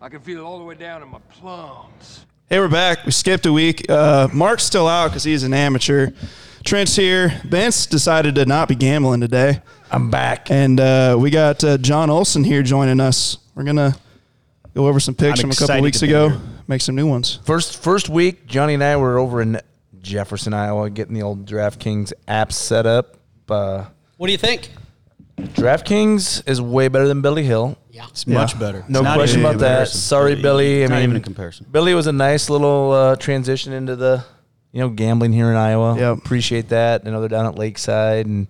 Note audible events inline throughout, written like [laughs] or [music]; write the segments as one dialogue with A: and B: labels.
A: I can feel it all the way down in my plums.
B: Hey, we're back. We skipped a week. Uh, Mark's still out because he's an amateur. Trent's here. Vince decided to not be gambling today,
C: I'm back.
B: and uh, we got uh, John Olson here joining us. We're gonna go over some picks
C: I'm
B: from a couple
C: excited
B: weeks
C: to be
B: ago.
C: here.
B: Make some new ones.
C: First first week, Johnny and I were over in Jefferson, Iowa, getting the old DraftKings app set up. Uh,
D: What do you think?
C: DraftKings is way better than Billy Hill.
D: Yeah.
E: It's much better.
C: No
E: It's not
C: question
E: even a
C: about that.
E: comparison.
C: Sorry, Billy. I
E: Not
C: mean,
E: even a comparison.
C: Billy was a nice little uh, transition into the, you know, gambling here in Iowa.
B: Yep.
C: Appreciate that. I know they're down at Lakeside, and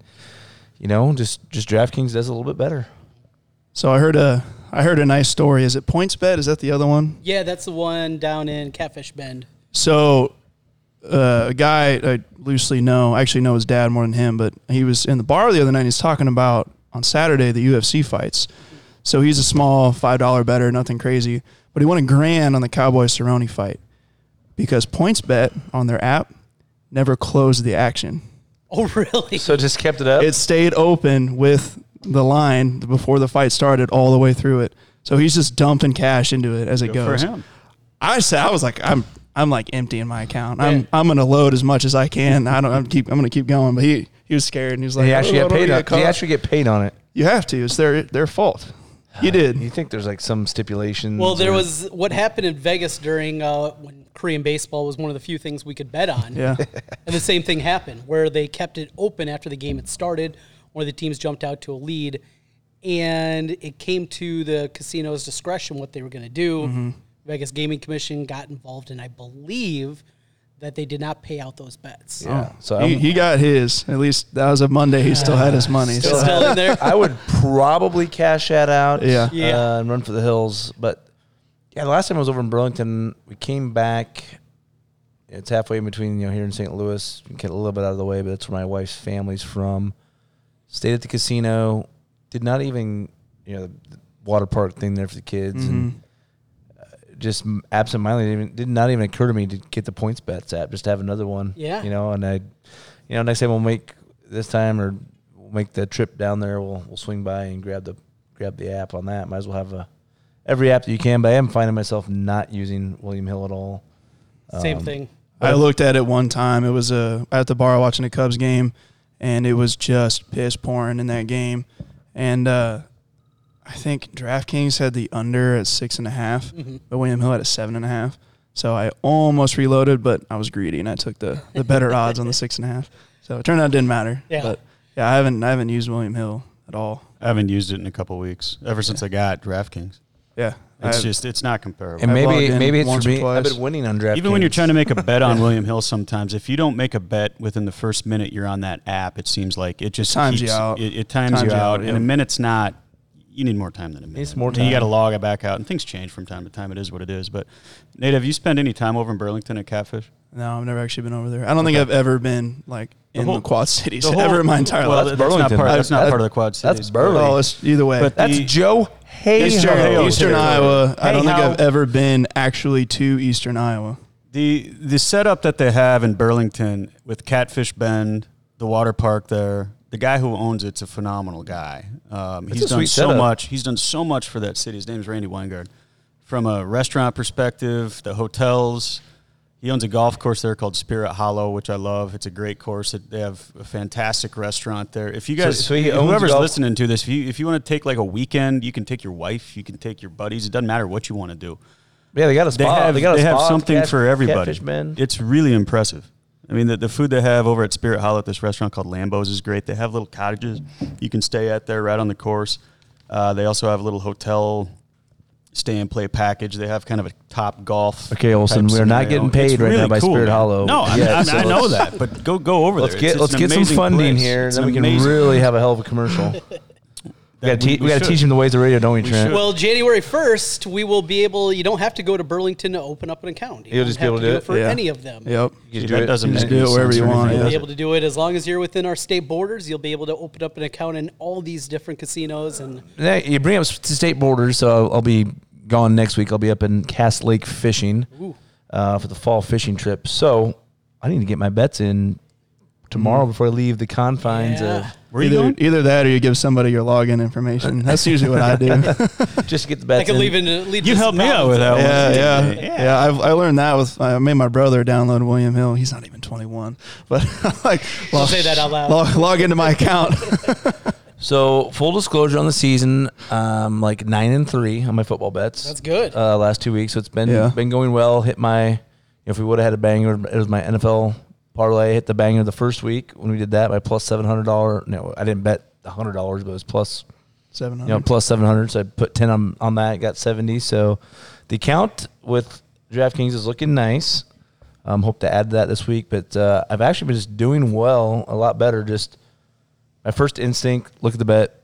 C: you know, just just DraftKings does a little bit better.
B: So I heard a I heard a nice story. Is it PointsBet? Is that the other one?
D: Yeah, that's the one down in Catfish Bend.
B: So uh, a guy I loosely know, I actually know his dad more than him, but he was in the bar the other night. And he's talking about on Saturday the UFC fights. So he's a small five dollar better, nothing crazy, but he won a grand on the Cowboy Cerrone fight because PointsBet on their app never closed the action.
D: Oh,
C: [laughs]
D: really?
C: So just kept it up.
B: It stayed open with the line before the fight started all the way through it. So he's just dumping cash into it as it
E: for
B: goes.
E: him.
B: I said I was like I'm I'm like emptying my account. I'm I'm gonna load as much as I can. I don't I'm keep I'm gonna keep going. But he he was scared and he was like
C: he actually
B: "Oh,
C: got
B: I don't
C: paid
B: wanna
C: on.
B: get
C: He
B: caught."
C: actually get paid on it.
B: you have to. It's their their fault. You
C: You [laughs]
B: did.
C: think there's like some stipulations?
D: Well, there
C: or-
D: was what happened in Vegas during uh, when Korean baseball was one of the few things we could bet on.
B: Yeah.
D: And the same thing happened where they kept it open after the game had started. One of the teams jumped out to a lead, and it came to the casino's discretion what they were going to do. Vegas Gaming Commission got involved, and I believe that they did not pay out those bets.
C: Yeah. So
B: He,
C: I'm-
B: he got his. At least that was a Monday. He still had his money.
D: It's
B: So
D: still in there.
C: [laughs] I would probably cash that out.
B: Yeah.
D: Yeah.
C: uh, and run for the hills. But yeah, the last time I was over in Burlington, we came back. It's halfway in between, you know, here in St. Louis. We Get a little bit out of the way, but that's where my wife's family's from. Stayed at the casino. Did not even, you know, the, the water park thing there for the kids,
B: Mm-hmm.
C: and uh, just absent mindedly even did not even occur to me to get the points bets app. Just to have another one.
D: Yeah.
C: You know, and I, you know, next time we'll make this time or we'll make the trip down there. We'll we'll swing by and grab the grab the app on that. Might as well have a every app that you can. But I am finding myself not using William Hill at all.
D: Same thing.
B: I looked at it one time. It was uh, at the bar watching a Cubs game, and it was just piss pouring in that game. And uh, I think DraftKings had the under at six and a half, but William Hill had a seven and a half. So I almost reloaded, but I was greedy and I took the, the better odds on the six and a half. So it turned out it didn't matter.
D: Yeah.
B: But yeah, I haven't I haven't used William Hill at all.
E: I haven't used it in a couple weeks ever since I got DraftKings.
B: Yeah.
E: It's
B: I-
E: just it's not comparable.
C: And
B: I've logged
C: maybe
B: in
C: maybe it's
B: once
C: for
B: or
C: me. I've
B: twice.
C: been winning on DraftKings.
E: Even when you're trying to make a bet
C: [laughs]
E: on William Hill, sometimes if you don't make a bet within the first minute you're on that app, it seems like it just
B: Times
E: keeps-
B: you out.
E: It, it times, you out, and
B: yeah.
E: a minute's not. You need more time than a minute.
C: It's more
E: And you
C: time.
E: got to log it back out, and things change from time to time. It is what it is. But Nate, have you spent any time over in Burlington at Catfish?
B: no, I've never actually been over there. I don't think I've ever been like in the,
E: whole-
B: Quad Cities
E: the
B: [laughs]
E: whole-
B: ever in my entire
E: Well,
B: life.
E: that's not
C: Burlington.
E: part.
C: That's-
E: That's not
C: that's-
E: part of the Quad Cities.
C: that's Burley.
B: Oh, it's either way.
E: But
C: That's
E: the-
C: Joe
E: Eastern
C: Hay.
E: Hale.
B: Eastern
E: Taylor.
B: Iowa. I don't think
C: Hey, how-
B: I've ever been actually to Eastern Iowa.
E: The the setup that they have in Burlington with Catfish Bend, the water park there, the guy who owns it's a phenomenal guy. Um, he's
C: a
E: done
C: sweet
E: so
C: setup.
E: much. He's done so much for that city. His name's Randy Weingard. From a restaurant perspective, the hotels. He owns a golf course there called Spirit Hollow, which I love. It's a great course. It, they have a fantastic restaurant there. If you guys,
C: so he owns
E: whoever's
C: golf-
E: listening to this, if you if you want to take like a weekend, you can take your wife, you can take your buddies. It doesn't matter what you want to do.
C: Yeah, they got a spot.
E: They have,
C: they got a
E: they have
C: spot.
E: something
C: Cat-
E: for everybody.
C: Catfish men.
E: It's really impressive. I mean, the, the food they have over at Spirit Hollow at this restaurant called Lambo's is great. They have little cottages you can stay at there right on the course. Uh, they also have a little hotel stay and play package. They have kind of a top golf.
C: Okay, Olson,
E: type
C: we're not
E: scenario.
C: getting paid
E: It's
C: right now
E: really
C: by
E: cool,
C: Spirit
E: man.
C: Hollow.
E: No, I,
C: Yeah,
E: I,
C: so
E: I know
C: let's-
E: that, but go go over
C: Let's
E: there.
C: get
E: It's-
C: let's
E: it's an
C: get some
E: amazing
C: funding
E: place.
C: here, and
E: It's
C: then
E: an
C: we can
E: amazing-
C: really have a hell of a commercial. we got
E: That we-
C: to
E: we
C: we got to
E: should.
C: teach him the ways of radio, don't we, Trent?
E: should.
D: [laughs] Well, January first, we will be able. You don't have to go to Burlington to open up an account. You
C: You'll
D: don't
C: just be
D: have
C: able to do it?
D: for
B: Yeah.
D: any of them.
B: Yep.
C: You
E: Dude,
C: do
E: that
C: it.
E: doesn't
B: just
E: make
B: do
E: any
B: it wherever
E: sense
B: you
E: or
B: want,
E: anything,
B: yeah.
E: does
D: Be
E: it?
D: able to do it as long as you're within our state borders. You'll be able to open up an account in all these different casinos, and
C: Yeah, you bring up s- to state borders, so I'll, I'll be gone next week. I'll be up in Cass Lake fishing uh, for the fall fishing trip. So I need to get my bets in tomorrow
E: Mm.
C: before I leave the confines
D: Yeah.
E: Where are you
B: either,
E: going?
B: either that or you give somebody your login information. That's usually what I do. [laughs] yeah,
C: of just to get the
E: [laughs]
C: bets.
D: I could
C: in.
D: leave it. Lead
E: You
D: to some
E: helped me out
D: problems.
E: with that one.
B: yeah, yeah. I've, I learned that with I made my brother download William Hill. He's not even 21, but [laughs] like log,
D: say that out loud.
B: Log, log into my
D: [laughs]
B: account. [laughs]
C: So full disclosure on the season, um, like nine and three on my football bets.
D: That's good.
C: Uh, last two weeks, so it's been
B: Yeah.
C: been going well. Hit my, you know, if we would have had a banger, it was my NFL parlay. Hit the banger the first week when we did that by plus seven hundred dollar. No, I didn't bet the hundred dollars, but it was plus
B: 700.
C: you know plus seven hundred. So I put ten on on that, got seventy. So the account with DraftKings is looking nice. Um, hope to add to that this week, but uh, I've actually been just doing well, a lot better. Just my first instinct: look at the bet,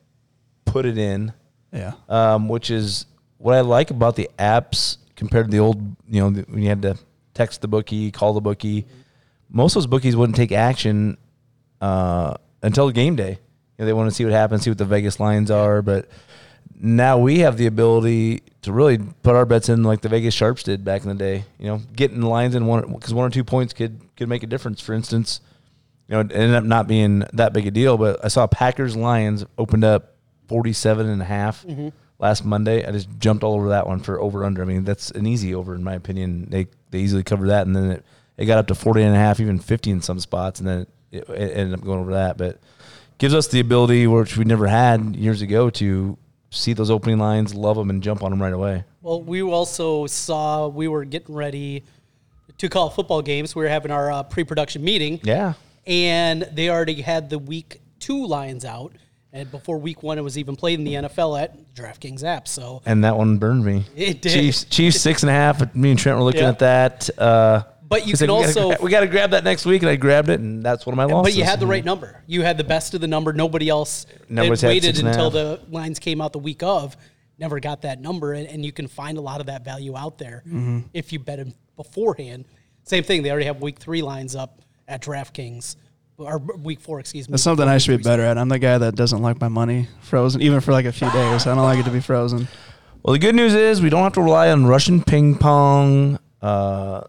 C: put it in,
B: Yeah.
C: um, which is what I like about the apps compared to the old. You know, the, when you had to text the bookie, call the bookie. Most of those bookies wouldn't take action uh, until game day. You know, they want to see what happens, see what the Vegas lines are. But now we have the ability to really put our bets in like the Vegas sharps did back in the day. You know, getting lines in one because one or two points could could make a difference. For instance, you know, it ended up not being that big a deal. But I saw Packers Lions opened up 47 and a half
D: Mm-hmm.
C: last Monday. I just jumped all over that one for over under. I mean, that's an easy over in my opinion. They they easily covered that, and then it, it got up to 40 and a half, even 50 in some spots, and then it, it ended up going over that. But gives us the ability, which we never had years ago, to see those opening lines, love them, and jump on them right away.
D: Well, we also saw we were getting ready to call football games. We were having our uh, pre-production meeting,
C: Yeah.
D: and they already had the week two lines out, and before week one, it was even played in the NFL at DraftKings app. So
C: And that one burned me.
D: It did.
C: Chiefs, Chiefs six and a half. Me and Trent were looking
D: Yeah.
C: at that. Uh,
D: But you
C: I said,
D: can
C: "We gotta
D: also-
C: gra- we got to grab that next week, and I grabbed it, and that's one of my losses.
D: But you had the right number. You had the best of the number. Nobody else that
C: Numbers had
D: waited
C: six and a
D: until
C: half.
D: the lines came out the week of. Never got that number, and, and you can find a lot of that value out there
B: Mm-hmm.
D: if you bet them beforehand. Same thing. They already have week three lines up at DraftKings or week four, excuse me.
B: That's something I should be better at. I'm the guy that doesn't like my money frozen, even for like a few days. I don't like it to be frozen.
C: Well, the good news is we don't have to rely on Russian ping pong. Uh,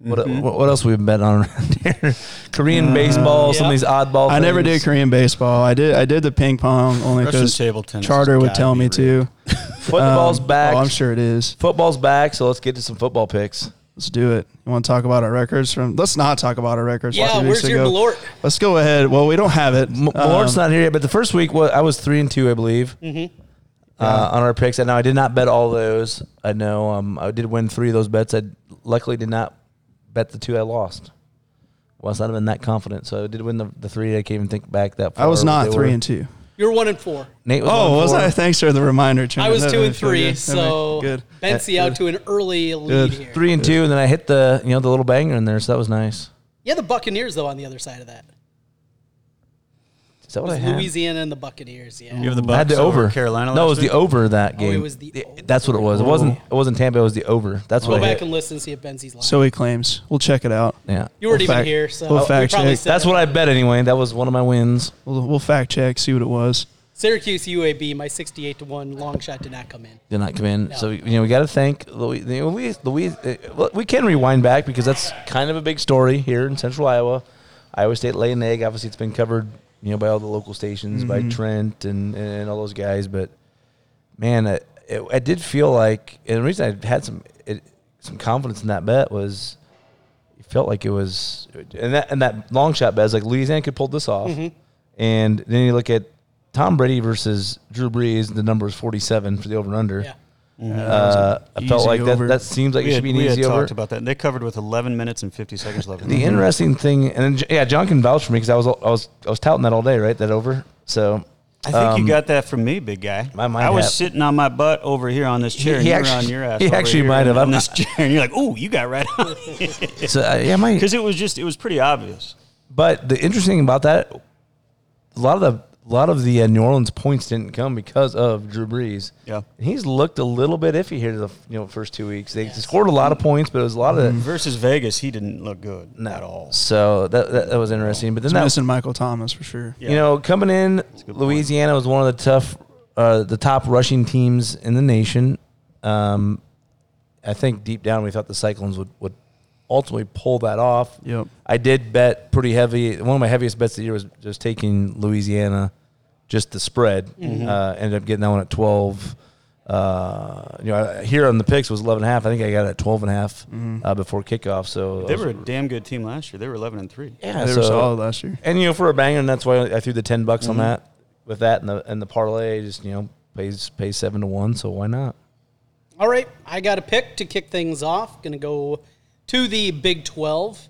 C: what,
B: Mm-hmm.
C: what, what else we've been betting on around [laughs] here? Korean baseball, some of
D: Yep.
C: these oddball.
B: Uh, I never did
C: things.
B: Korean baseball. I did I did the ping pong only
E: Russian
B: because
E: table tennis
B: Charter
E: has
B: would
E: gotta
B: tell
E: be
B: me to.
C: Football's
B: Um,
C: back.
B: Oh, I'm sure it is.
C: Football's back, so let's get to some football picks.
B: Let's do it. You want to talk about our records from? Let's not talk about our records. from
D: Yeah,
B: two
D: where's
B: weeks
D: your
B: ago.
D: Malort?
B: Let's go ahead. Well, we don't have it. Um,
C: M-
D: Um,
C: Malort's not here yet, but the first week wa- I was three and two, I believe,
D: Mm-hmm.
C: uh, on our picks. And now I did not bet all those. I know um, I did win three of those bets. I luckily did not bet the two I lost. Well, I not been that confident, so I did win the, the three. I can't even think back that far.
B: I was not
C: They
B: three
C: were-
B: and two.
D: You're one and four.
C: Nate was
B: Oh,
C: one
B: was
C: and four.
B: I? Thanks for the reminder, Trent.
D: I was
B: That
D: two
B: made
D: and
B: me feel
D: three,
B: good. That made-
D: so
B: good.
D: Bensy out to an early lead
B: Good.
D: here.
C: Three and two, and then I hit the you know the little banger in there, so that was nice.
D: Yeah, the Buccaneers though on the other side of that.
C: Is that
D: It
C: what I
D: was
C: had?
D: Louisiana and the Buccaneers. Yeah.
E: You have the
C: I
E: Bucks
C: had the
E: over
C: over
E: Carolina.
C: No, it
E: last
C: was
E: week?
C: the over that game.
D: Oh, was the over.
C: That's what it was. It wasn't. It wasn't Tampa. It was the over. That's
D: Go
C: what I
D: back
C: hit.
D: and listen and see if Bensy's lying.
B: So he Uh, claims. We'll check it out.
C: yeah.
D: you weren't
B: we'll
D: even
B: fact-
D: here, so
B: we'll
D: we
B: fact
D: probably
B: check.
D: said
C: That's
D: it.
C: what I bet anyway. That was one of my wins.
B: We'll, we'll fact check. See what it was.
D: Syracuse UAB, my 68 to 1 long shot did not come in.
C: Did not come in. So you know we got to thank Louis. you know, Louis, Louis uh, well, we can rewind back because that's kind of a big story here in Central Iowa. Iowa State lay an egg. Obviously, it's been covered you know by all the local stations, by Trent and and all those guys. But man, I, it, I did feel like, and the reason I had some it, some confidence in that bet was it felt like it was, and that and that long shot bet is like Louisiana could pull this off,
E: Mm-hmm.
C: and then you look at Tom Brady versus Drew Brees, the number is forty seven for the over and under.
D: Yeah.
E: Mm-hmm.
C: Uh, I felt
B: Easy
C: like that,
B: over.
C: that seems like
E: We
C: it
E: had,
C: should be an
E: we had
C: easy over.
E: talked about Mm-hmm. that. And they covered with 11 minutes and 50 seconds left.
C: The interesting thing, and then J- yeah, John can vouch for me because I was I was I was touting that all day, right? That over. So
E: I think you got that from me, big guy.
C: um, I might
E: I was
C: have.
E: sitting on my butt over here on this chair.
C: He-
E: and
C: he
E: you were
C: actu-
E: on your ass.
C: he
E: over
C: actually
E: here
C: might have.
E: on
C: I'm-
E: this [laughs] chair, and you're like, "Ooh, you got right on,"
C: [laughs] so uh, yeah, my
E: because it was just it was pretty obvious.
C: But the interesting thing about that, a lot of the a lot of the uh, New Orleans points didn't come because of Drew Brees.
E: Yeah.
C: And he's looked a little bit iffy here the you know first two weeks. They scored a lot of points, but it was a lot of
E: Versus Vegas, he didn't look good at all.
C: So that, that that was interesting. But then that
B: Missing Michael Thomas for sure.
C: you know coming in,
E: good point.
C: Louisiana was one of the tough, uh, the top rushing teams in the nation. Um, I think deep down we thought the Cyclones would would ultimately pull that off.
B: Yep.
C: I did bet pretty heavy. One of my heaviest bets of the year was just taking Louisiana, just the spread. Uh, ended up getting that one at 12. Uh, you know, I- here on the picks was 11 and a half. I think I got it at 12 and a half uh, before kickoff. So
E: Mm-hmm. They were a damn good team last year. They were 11 and 3.
C: yeah,
B: They
C: so,
B: were solid last year.
C: and you know for a banger, and that's why I threw the ten bucks on that. With that and the and the parlay, just you know pays pays seven to one, so why not?
D: All right, I got a pick to kick things off. Going to go to the Big 12.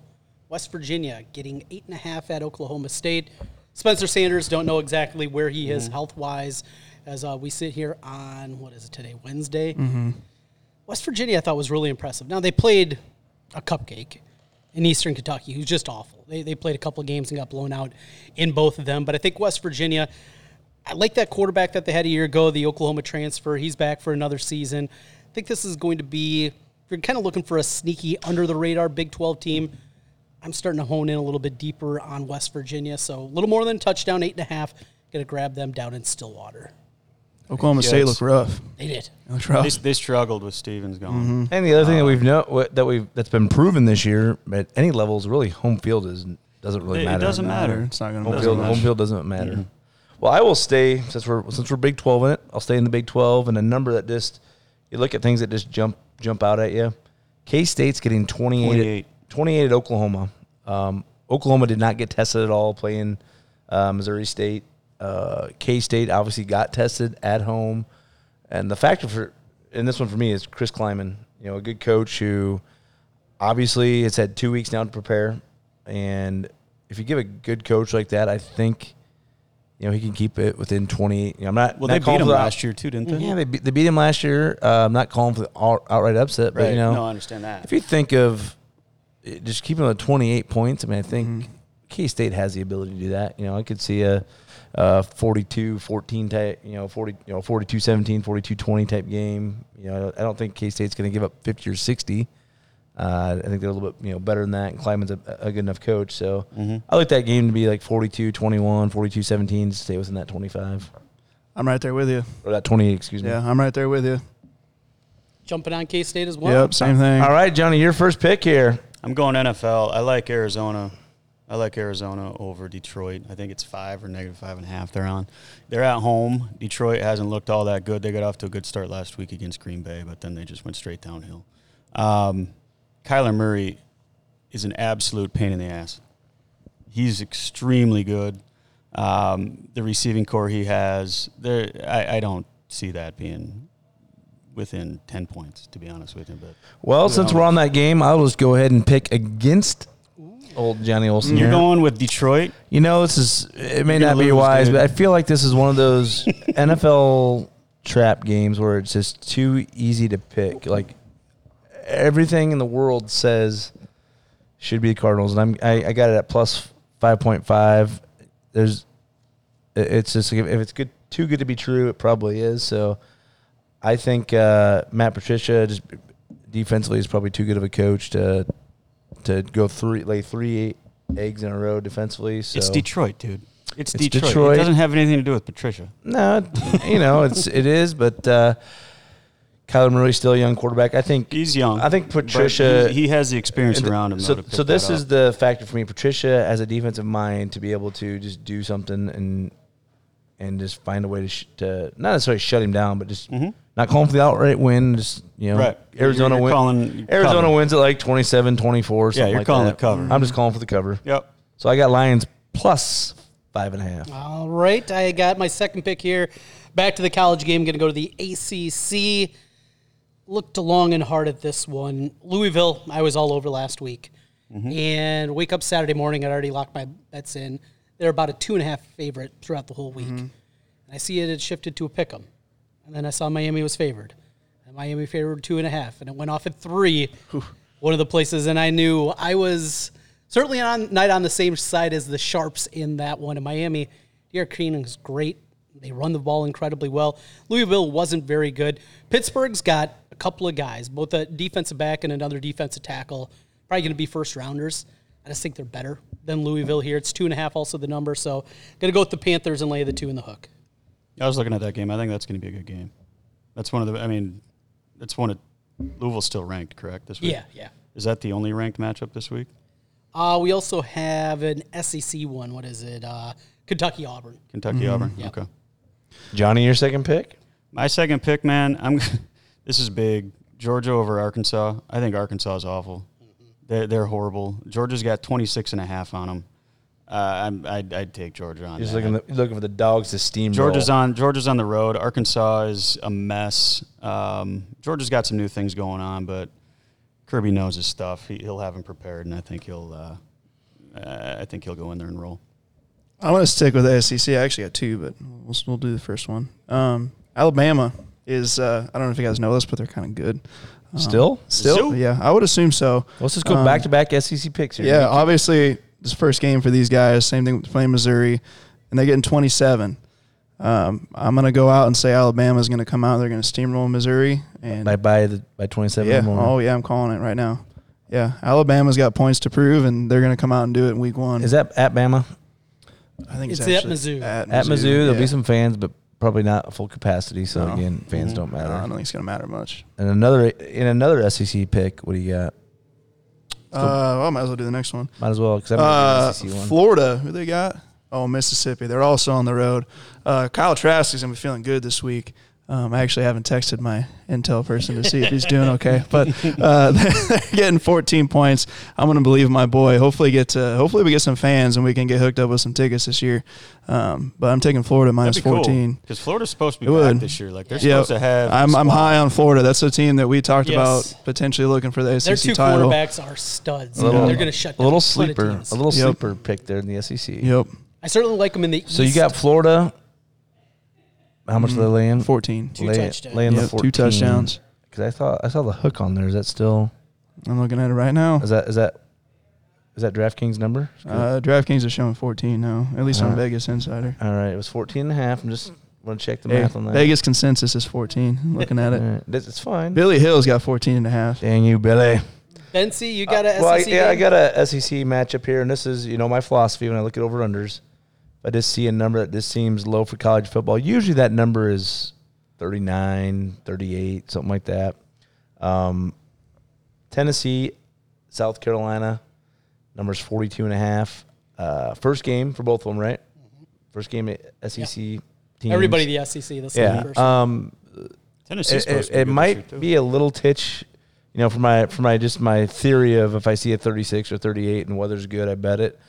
D: West Virginia getting eight and a half at Oklahoma State. Spencer Sanders, don't know exactly where he is health wise as uh, we sit here on, what is it today, Wednesday? West Virginia, I thought was really impressive. Now, they played a cupcake in Eastern Kentucky, who's just awful. They, they played a couple of games and got blown out in both of them. But I think West Virginia, I like that quarterback that they had a year ago, the Oklahoma transfer. He's back for another season. I think this is going to be, if you're kind of looking for a sneaky, under the radar Big 12 team, I'm starting to hone in a little bit deeper on West Virginia. So a little more than touchdown, eight and a half. Going to grab them down in Stillwater.
B: Oklahoma State
E: it's-
B: looked rough.
D: They did.
B: They looked rough.
E: They, they struggled with Stevens gone.
C: And the other thing that we've know what- that we've that's been proven this year at any level is really home field is doesn't really
E: It- it
C: matter.
E: doesn't matter.
B: It's not going
C: Home
B: to
C: field,
B: matter.
C: home field doesn't matter. Well, I will stay since we're since we're Big Twelve in it. I'll stay in the Big Twelve, and a number that just you look at things that just jump jump out at you. K State's getting 28,
E: 28.
C: 28. at Oklahoma. Um, Oklahoma did not get tested at all playing uh, Missouri State. Uh, K State obviously got tested at home, and the factor for and this one for me is Chris Kleiman. You know, a good coach who obviously it's had two weeks now to prepare and if you give a good coach like that i think you know he can keep it within 20 you know, i'm not
E: Well,
C: not
E: they
C: calling for
E: beat him
C: the-
E: last year, too, didn't they?
C: yeah they beat, they beat him last year uh, i'm not calling for the out- outright upset but
E: Right.
C: you know
E: No, I understand that.
C: if you think of it, just keeping the 28 points i mean i think
E: Mm-hmm.
C: k-state has the ability to do that you know i could see a uh, 42 14 type you know 40 you know 42 17 42 20 type game you know i don't think k-state's going to give up 50 or 60 uh, I think they're a little bit you know better than that, and Kleiman's a, a good enough coach. So
E: Mm-hmm.
C: I like that game to be like 42 21, 42 17, to stay within that 25
B: I'm right there with you.
C: or that 28, excuse me.
B: Yeah, I'm right there with you.
D: Jumping on K State as well.
B: Yep, same thing.
C: All right, Johnny, your first pick here.
E: I'm going NFL. I like Arizona. I like Arizona over Detroit. I think it's five or negative five and a half they're on. They're at home. Detroit hasn't looked all that good. They got off to a good start last week against Green Bay, but then they just went straight downhill. Um, Kyler Murray is an absolute pain in the ass. He's extremely good. Um, the receiving core he has, there, I, I don't see that being within 10 points, to be honest with you. But
C: Well, since we're on that game, I'll just go ahead and pick against old Johnny Olson.
E: you're
C: here.
E: going with Detroit?
C: You know, this is it may
E: You're
C: not
E: gonna
C: be
E: lose,
C: wise,
E: dude.
C: but I feel like this is one of
E: [laughs]
C: those NFL trap games where it's just too easy to pick. Like everything in the world says should be the Cardinals, and I'm I, I got it at plus five point five. There's it- it's just like, if it's good too good to be true, it probably is. So I think uh, Matt Patricia just defensively is probably too good of a coach to to go three lay three eggs in a row defensively. So
E: It's Detroit, dude. It's,
C: It's
E: Detroit.
C: Detroit.
E: It doesn't have anything to do with Patricia.
C: No, it- you know it's it is, but uh, Kyler Murray's still a young quarterback. I think
E: He's young.
C: I think
E: but
C: Patricia-
E: He, he has the experience
C: And th-
E: around him. though,
C: So,
E: to pick
C: so this
E: that
C: is
E: up.
C: the factor for me, Patricia, as a defensive mind, to be able to just do something and and just find a way to sh- to not necessarily shut him down, but just not calling for the outright win. Just you know,
E: Mm-hmm. Right.
C: Arizona
E: You're- you're
C: win-
E: calling
C: Arizona
E: cover.
C: wins at like 27, 24, something
E: you're
C: like
E: calling
C: that.
E: it cover.
C: I'm just calling for the cover.
E: Yep.
C: So I got Lions plus five and a half.
D: All right, I got my second pick here. Back to the college game. Going to go to the ACC. Looked long and hard at this one. Louisville, I was all over last week, and wake up Saturday morning. I'd already locked my bets in. They're about a two and a half favorite throughout the whole week. And I see it had shifted to a pick 'em, and then I saw Miami was favored. And Miami favored two and a half, and it went off at three. One of the places, and I knew I was certainly on night on the same side as the Sharps in that one. In Miami, Derek Keenan is great. They run the ball incredibly well. Louisville wasn't very good. Pittsburgh's got a couple of guys, both a defensive back and another defensive tackle, probably going to be first rounders. I just think they're better than Louisville here. It's two and a half, also the number. So, going to go with the Panthers and lay the two in the hook.
E: I was looking at that game. I think that's going to be a good game. That's one of the. I mean, that's one of Louisville's still ranked, correct? This week.
D: Yeah, yeah.
E: Is that the only ranked matchup this week?
D: Uh, we also have an SEC one. What is it? Uh, Kentucky Auburn.
E: Kentucky
C: Mm-hmm.
E: Auburn.
D: Yep.
E: Okay.
C: Johnny, your second pick?
E: My second pick, man. I'm. [laughs] this is big. Georgia over Arkansas. I think Arkansas is awful. They're, they're horrible. Georgia's got 26 and a half on them. Uh, I'm, I'd, I'd take Georgia on.
C: You're just
E: that.
C: looking, looking for the dogs to steamroll.
E: Georgia's on Georgia's on the road. Arkansas is a mess. Um, Georgia's got some new things going on, but Kirby knows his stuff. He, he'll have him prepared, and I think he'll uh, uh, I think he'll go in there and roll.
B: I want to stick with the SEC. I actually got two, but we'll, we'll do the first one. Um, Alabama is, uh, I don't know if you guys know this, but they're kind of good. Um,
C: Still?
B: Still?
E: Still?
B: Yeah, I would assume so.
C: Let's just go
B: Um,
C: back to back SEC picks here.
B: Yeah, obviously, this first game for these guys, same thing with playing Missouri, and they're getting 27. Um, I'm going to go out and say Alabama's going to come out. They're going to steamroll Missouri. And
C: By, by, the, by 27
B: yeah,
C: or more.
B: oh, yeah, I'm calling it right now. Yeah, Alabama's got points to prove, and they're going to come out and do it in week one.
C: Is that at Bama?
B: I think
D: It's at
B: actually
D: Mizzou.
C: At Mizzou, there'll
B: yeah.
C: be some fans, but probably not full capacity. So
B: No.
C: again, fans don't
B: I don't
C: matter.
B: think it's going to matter much.
C: And another in another SEC pick, what do you got?
B: Uh, well, I might as well do the next one.
C: Might as well because I'm
B: Uh,
C: an SEC E one.
B: Florida, who they got? Oh, Mississippi. They're also on the road. Uh, Kyle Trask is going to be feeling good this week. Um, I actually haven't texted my intel person to see if he's doing
C: [laughs]
B: okay, but uh, [laughs] they're getting 14 points. I'm going to believe my boy. Hopefully, get to, hopefully we get some fans and we can get hooked up with some tickets this year. Um, but I'm taking Florida minus 14.
E: because Florida's supposed to
B: It
E: be
B: would.
E: back this year. Like they're supposed to have.
B: I'm, I'm
E: squad.
B: high on Florida. That's a team that we talked
D: Yes.
B: about potentially looking for the
D: Their
B: SEC
D: two
B: title.
D: quarterbacks are studs.
C: E A little-
D: They're going to shut
C: a
D: down
C: little
D: ton of
C: sleeper,
D: teams.
C: a little
B: Yep.
C: sleeper pick there in the SEC.
B: Yep,
D: I certainly like them in the East.
C: So you got Florida. How much are they laying?
B: 14.
D: Two touchdowns.
C: Laying the
B: Mm. Yep,
C: 14.
B: two touchdowns.
C: Because I thought I saw the hook on there. Is that still
B: I'm looking at it right now.
C: is that is that is that DraftKings number?
B: Uh, DraftKings is showing 14 now, at least on
C: Alright.
B: Vegas Insider.
C: All right, it was 14 and a half. I'm just want to check the
B: Hey,
C: math on that.
B: Vegas consensus is 14. Looking at
C: All
B: it,
C: right, that's- it's fine.
B: Billy Hill's got 14 and a half.
C: Dang you, Billy.
D: Bensi, you got a
C: Uh,
D: E
C: well, I,
D: SEC
C: yeah, I
D: game?
C: got a SEC matchup here, and this is you know my philosophy when I look at over unders. If I just see a number that just seems low for college football, usually that number is 39, 38, something like that. Um, Tennessee, South Carolina, numbers 42 and a half. Uh, first game for both of them, right? First game at SEC teams.
D: Mm-hmm. everybody in the E SEC this
C: Yeah.
D: first.
C: Um,
E: Tennessee's
C: it,
E: supposed
C: it, it
E: to be good this year,
C: might
E: too.
C: be a little titch, you know, for my for my just my theory of if I see a 36 or 38 and weather's good, I bet it.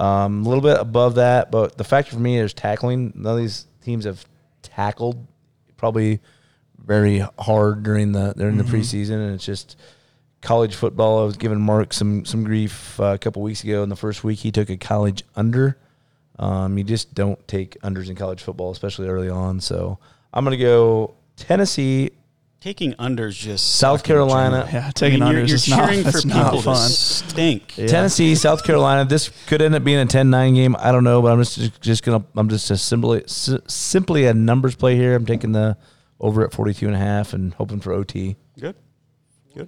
C: Um, a little bit above that, but the factor for me is tackling. None of these teams have tackled probably very hard during the during
E: Mm-hmm.
C: the preseason, and it's just college football. I was giving Mark some some grief uh, a couple weeks ago. In the first week, he took a college under. Um, you just don't take unders in college football, especially early on. So I'm gonna go Tennessee,
E: taking unders just
C: South
E: fucking drama.
C: Carolina,
B: Yeah, taking
E: I mean,
B: unders
E: You're, you're
B: is not, [laughs]
E: cheering
B: it's
E: for
B: not
E: people
B: fun.
E: to stink.
C: Tennessee, South Carolina. This could end up being a 10-9 game. I don't know, but I'm just just gonna I'm just a simply si- simply a numbers play here. I'm taking the over at 42 and a half and hoping for OT.
E: Good.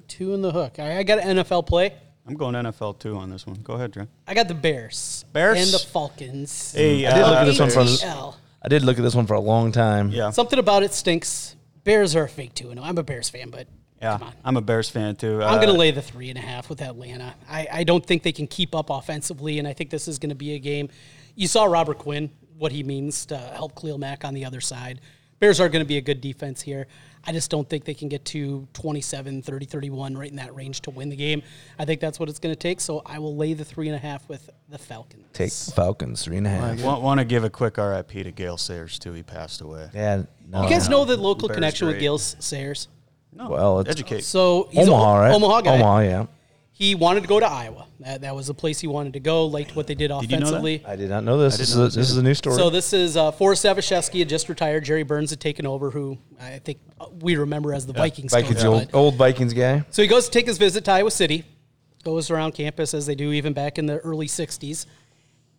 D: Two in the hook. All right, I got an NFL play.
E: I'm going NFL too on this one. Go ahead, Drew.
D: I got the Bears.
E: Bears?
D: And the Falcons.
E: Hey,
C: I did look at this one for
D: ATL.
C: I did look at this one for a long time.
E: Yeah.
D: Something about it stinks. Bears are a fake 2 0. I'm a Bears fan, but
E: Yeah,
D: come on.
E: I'm a Bears fan too.
D: I'm
E: Uh,
D: going to lay the three and a half with Atlanta. I, I don't think they can keep up offensively, and I think this is going to be a game. You saw Robert Quinn, what he means to help Khalil Mack on the other side. Bears are going to be a good defense here. I just don't think they can get to 27, 30, 31, right in that range to win the game. I think that's what it's going to take, so I will lay the three and a half with the Falcons.
C: Take Falcons three and a half.
E: Want, want to give a quick RIP to Gail Sayers too. He passed away.
C: Yeah, no.
D: You guys know the local
E: Bears
D: connection with
E: great.
D: Gil Sayers?
E: No,
C: Well, it's-
E: educate.
D: So he's a
C: Omaha, right?
D: Omaha guy.
C: Omaha, yeah.
D: He wanted to go to Iowa. That, that was the place he wanted to go. Liked what they did
E: you know that?
D: offensively.
C: I did not know this. This, is, a, this is a new story.
D: So this is uh, Forrest Savashevsky had just retired. Jerry Burns had taken over, who I think we remember as the Vikings. coach,
C: Vikings, the old,
D: but-
C: old Vikings guy.
D: So he goes to take his visit to Iowa City, goes around campus as they do even back in the early '60s,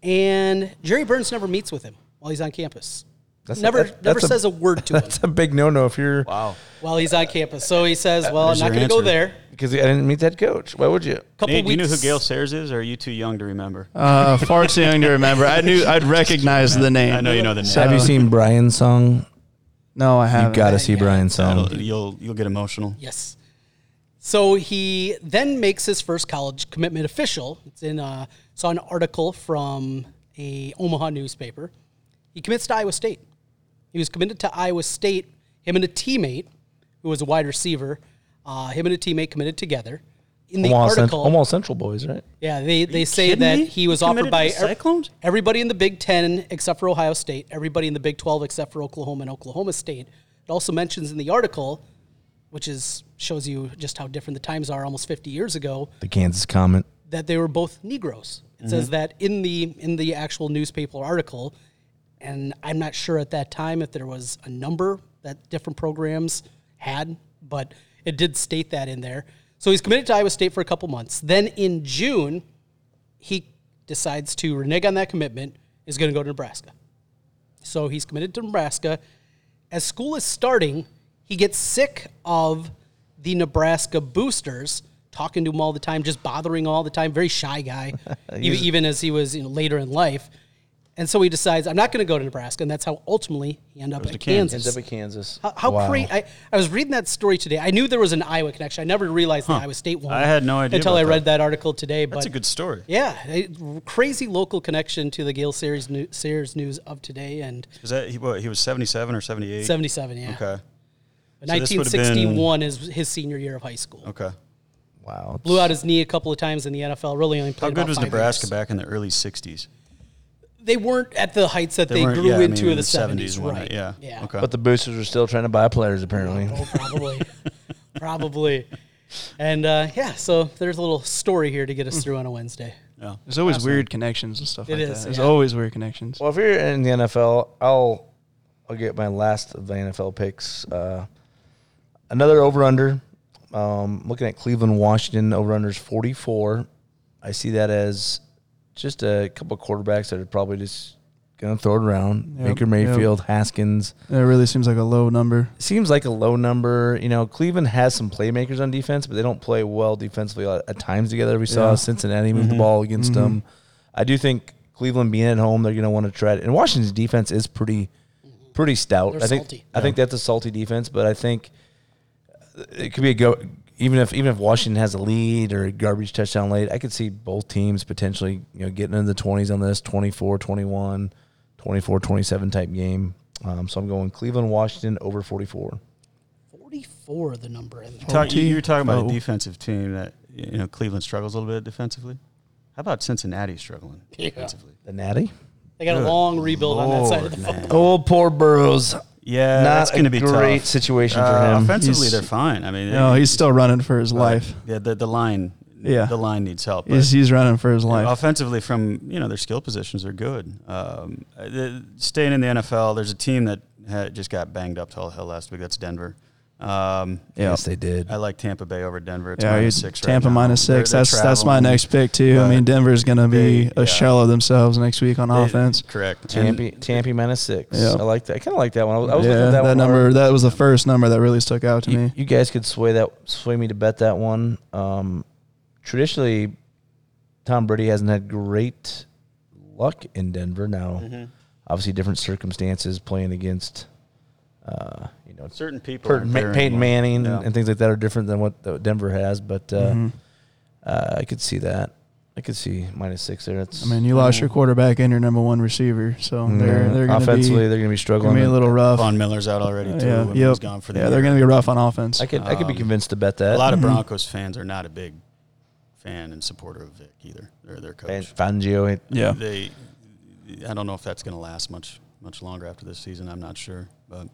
D: and Jerry Burns never meets with him while he's on campus.
C: That's-
D: never,
C: that-
D: never
C: that's a-
D: says a
C: [laughs]
D: word to him
C: That's a big no-no if you're
E: wow.
D: while he's on campus. So he says, "Well, I'm
E: There's
D: not
E: your
D: going to go
E: answer.
D: there."
C: because I didn't meet that coach. Why would you?
D: Couple
E: Nate, do you
D: weeks. Oh,
E: know who Gail Sayers is, or are you too young to remember?
B: Uh, far too young to remember. I knew
E: [laughs]
B: I'd recognize the name.
E: I know you know the name.
C: Have you seen Brian's song?
B: No, I haven't.
C: Got to see Brian's song.
E: That'll- you'll you'll get emotional.
D: Yes. So he then makes his first college commitment official. It's in uh, saw an article from a Omaha newspaper. He commits to Iowa State. He was committed to Iowa State. Him and a teammate, who was a wide receiver, uh, him and a teammate committed together. In the
C: Omaha, Cent-
D: article,
C: Omaha Central boys, right?
D: yeah, they, they say
F: kidding
D: that
F: me?
D: he was
F: He
D: offered
F: committed
D: by
F: to the Cyclones?
D: everybody in the Big Ten except for Ohio State, everybody in the Big Twelve except for Oklahoma and Oklahoma State. It also mentions in the article, which is shows you just how different the times are almost fifty years ago,
C: The Kansas comment.
D: that they were both Negroes. It says
F: Mm-hmm.
D: that in the in the actual newspaper article, and I'm not sure at that time if there was a number that different programs had, but it did state that in there. So he's committed to Iowa State for a couple months. Then in June, he decides to renege on that commitment. Is going to go to Nebraska. So he's committed to Nebraska. As school is starting, he gets sick of the Nebraska boosters talking to him all the time, just bothering all the time. Very
C: [laughs]
D: shy guy, even, even as he was you know, later in life. And so he decides, I'm not going to go to Nebraska, and that's how ultimately he ended up at Kansas.
C: Ends up at Kansas.
D: How, how
C: Wow.
D: crazy! I, I was reading that story today. I knew there was an Iowa connection. I never realized the Iowa State one.
E: I had no idea
D: until
E: about
D: I read
E: that.
D: that, article today. But
F: That's a good story.
D: yeah, a crazy local connection to the Gale Series new, Sears news of today and
F: Is that he, what, he was 77 or 78?
D: 77. Yeah,
F: Okay.
D: But
F: So this would've been-
D: 1961 is his senior year of high school.
F: Okay.
C: Wow.
D: Blew out his knee a couple of times in the NFL. Really only
F: How
D: played.
F: good
D: about
F: was
D: five
F: Nebraska
D: years.
F: back in the early 60s?
D: They weren't at the heights that they,
F: weren't-
D: grew
F: yeah, I mean,
D: into
F: in
D: in the
F: the 70s,
D: 70s,
F: weren't
D: right?
F: they? Yeah.
D: Yeah.
F: Okay.
C: But the boosters are still trying to buy players, apparently.
D: Oh,
F: [laughs]
D: probably. probably. And uh, yeah, so there's a little story here to get us through on a Wednesday.
F: Yeah.
B: There's always weird connections and stuff
D: It
B: like
D: is,
B: that. There's
D: yeah.
B: always weird connections.
C: Well, if you're in the NFL, I'll I'll get my last of the NFL picks. Uh, another over under. Um, looking at Cleveland, Washington over unders 44. I see that as just a couple of quarterbacks that are probably just gonna throw it around.
B: Yep,
C: Baker Mayfield, Haskins.
B: That really seems like a low number.
C: Seems like a low number. You know, Cleveland has some playmakers on defense, but they don't play well defensively at, at times together. We saw
B: Yeah.
C: Cincinnati move the ball against them. I do think Cleveland being at home, they're going to want to try it. And Washington's defense is pretty, pretty stout.
D: They're
C: I think
D: salty.
C: I think that's a salty defense, but I think uh, it could be a go. Even if even if Washington has a lead or a garbage touchdown late, I could see both teams potentially you know getting in the twenties on this 24, 21, 24, 27 type game. Um, so I'm going Cleveland, Washington over 44.
D: 44 the number in there.
E: Talk, you,
B: OT?
E: you were talking about
B: Oh.
E: a defensive team that you know Cleveland struggles a little bit defensively. How about Cincinnati struggling
D: Yeah.
E: defensively?
C: The Natty.
D: They got a
E: Good
D: long rebuild on that side of
E: Lord,
D: the field.
E: man.
C: Oh, poor Burrows.
E: Yeah,
C: Not
E: that's going to be
C: a great
E: tough.
C: situation for
E: Uh,
C: him.
E: Offensively,
B: He's-
E: they're fine. I mean,
B: No,
E: they- uh,
B: he's still running for his life.
E: Yeah, the, the line.
B: Yeah.
E: the line needs help. but-
B: He's, he's running for his life.
E: Offensively, from you know their skill positions are good. Um, uh, the, staying in the NFL, there's a team that had, just got banged up to all hell last week. That's Denver. Um,
C: Yes, they did.
E: I like Tampa Bay over Denver. It's
B: Yeah,
E: minus
B: you-
E: six. right
B: Tampa
E: now.
B: minus
E: They're-
B: 6
E: they're
B: that's that's my
E: traveling.
B: next pick too. I
E: but
B: mean, Denver's going to be
E: they-
B: a
E: yeah.
B: shell of themselves next week on offense.
E: Correct.
C: Tampa, Tampa minus six.
B: Yeah.
C: I like that. I kind of like that one. I was, I was
B: yeah,
C: looking at
B: that,
C: that, one
B: number
C: earlier.
B: that was the first number that really stuck out to
C: you,
B: me.
C: you guys could sway that sway me to bet that one. Um, traditionally, Tom Brady hasn't had great luck in Denver. Now,
E: Mm-hmm.
C: obviously, different circumstances playing against, uh, you know,
E: certain people.
C: Per,
E: aren't
C: Ma-
E: there
C: Peyton
E: anymore.
C: Manning
E: Yeah.
C: and, and things like that are different than what uh, Denver has. But uh,
B: Mhm.
C: uh, I could see that. I could see minus six there. That's
B: I mean, you lost your quarterback and your number one receiver, so
E: Mm-hmm.
B: they're
C: Yeah.
B: they're going to
C: offensively
B: be,
C: they're going to be
B: gonna
C: struggling.
B: be a little rough.
E: Von Miller's out already too.
B: yeah,
E: I mean,
B: yep.
E: He's gone for the
B: yeah, they're
E: year.
B: going to be rough on offense.
C: I could I could be
E: Um,
C: convinced to bet that.
E: A lot of Broncos fans are not a big fan and supporter of Vic either. They're their coach.
C: Fan- Fangio. it-
B: yeah,
E: They, I don't know if that's going to last much much longer after this season. I'm not sure, but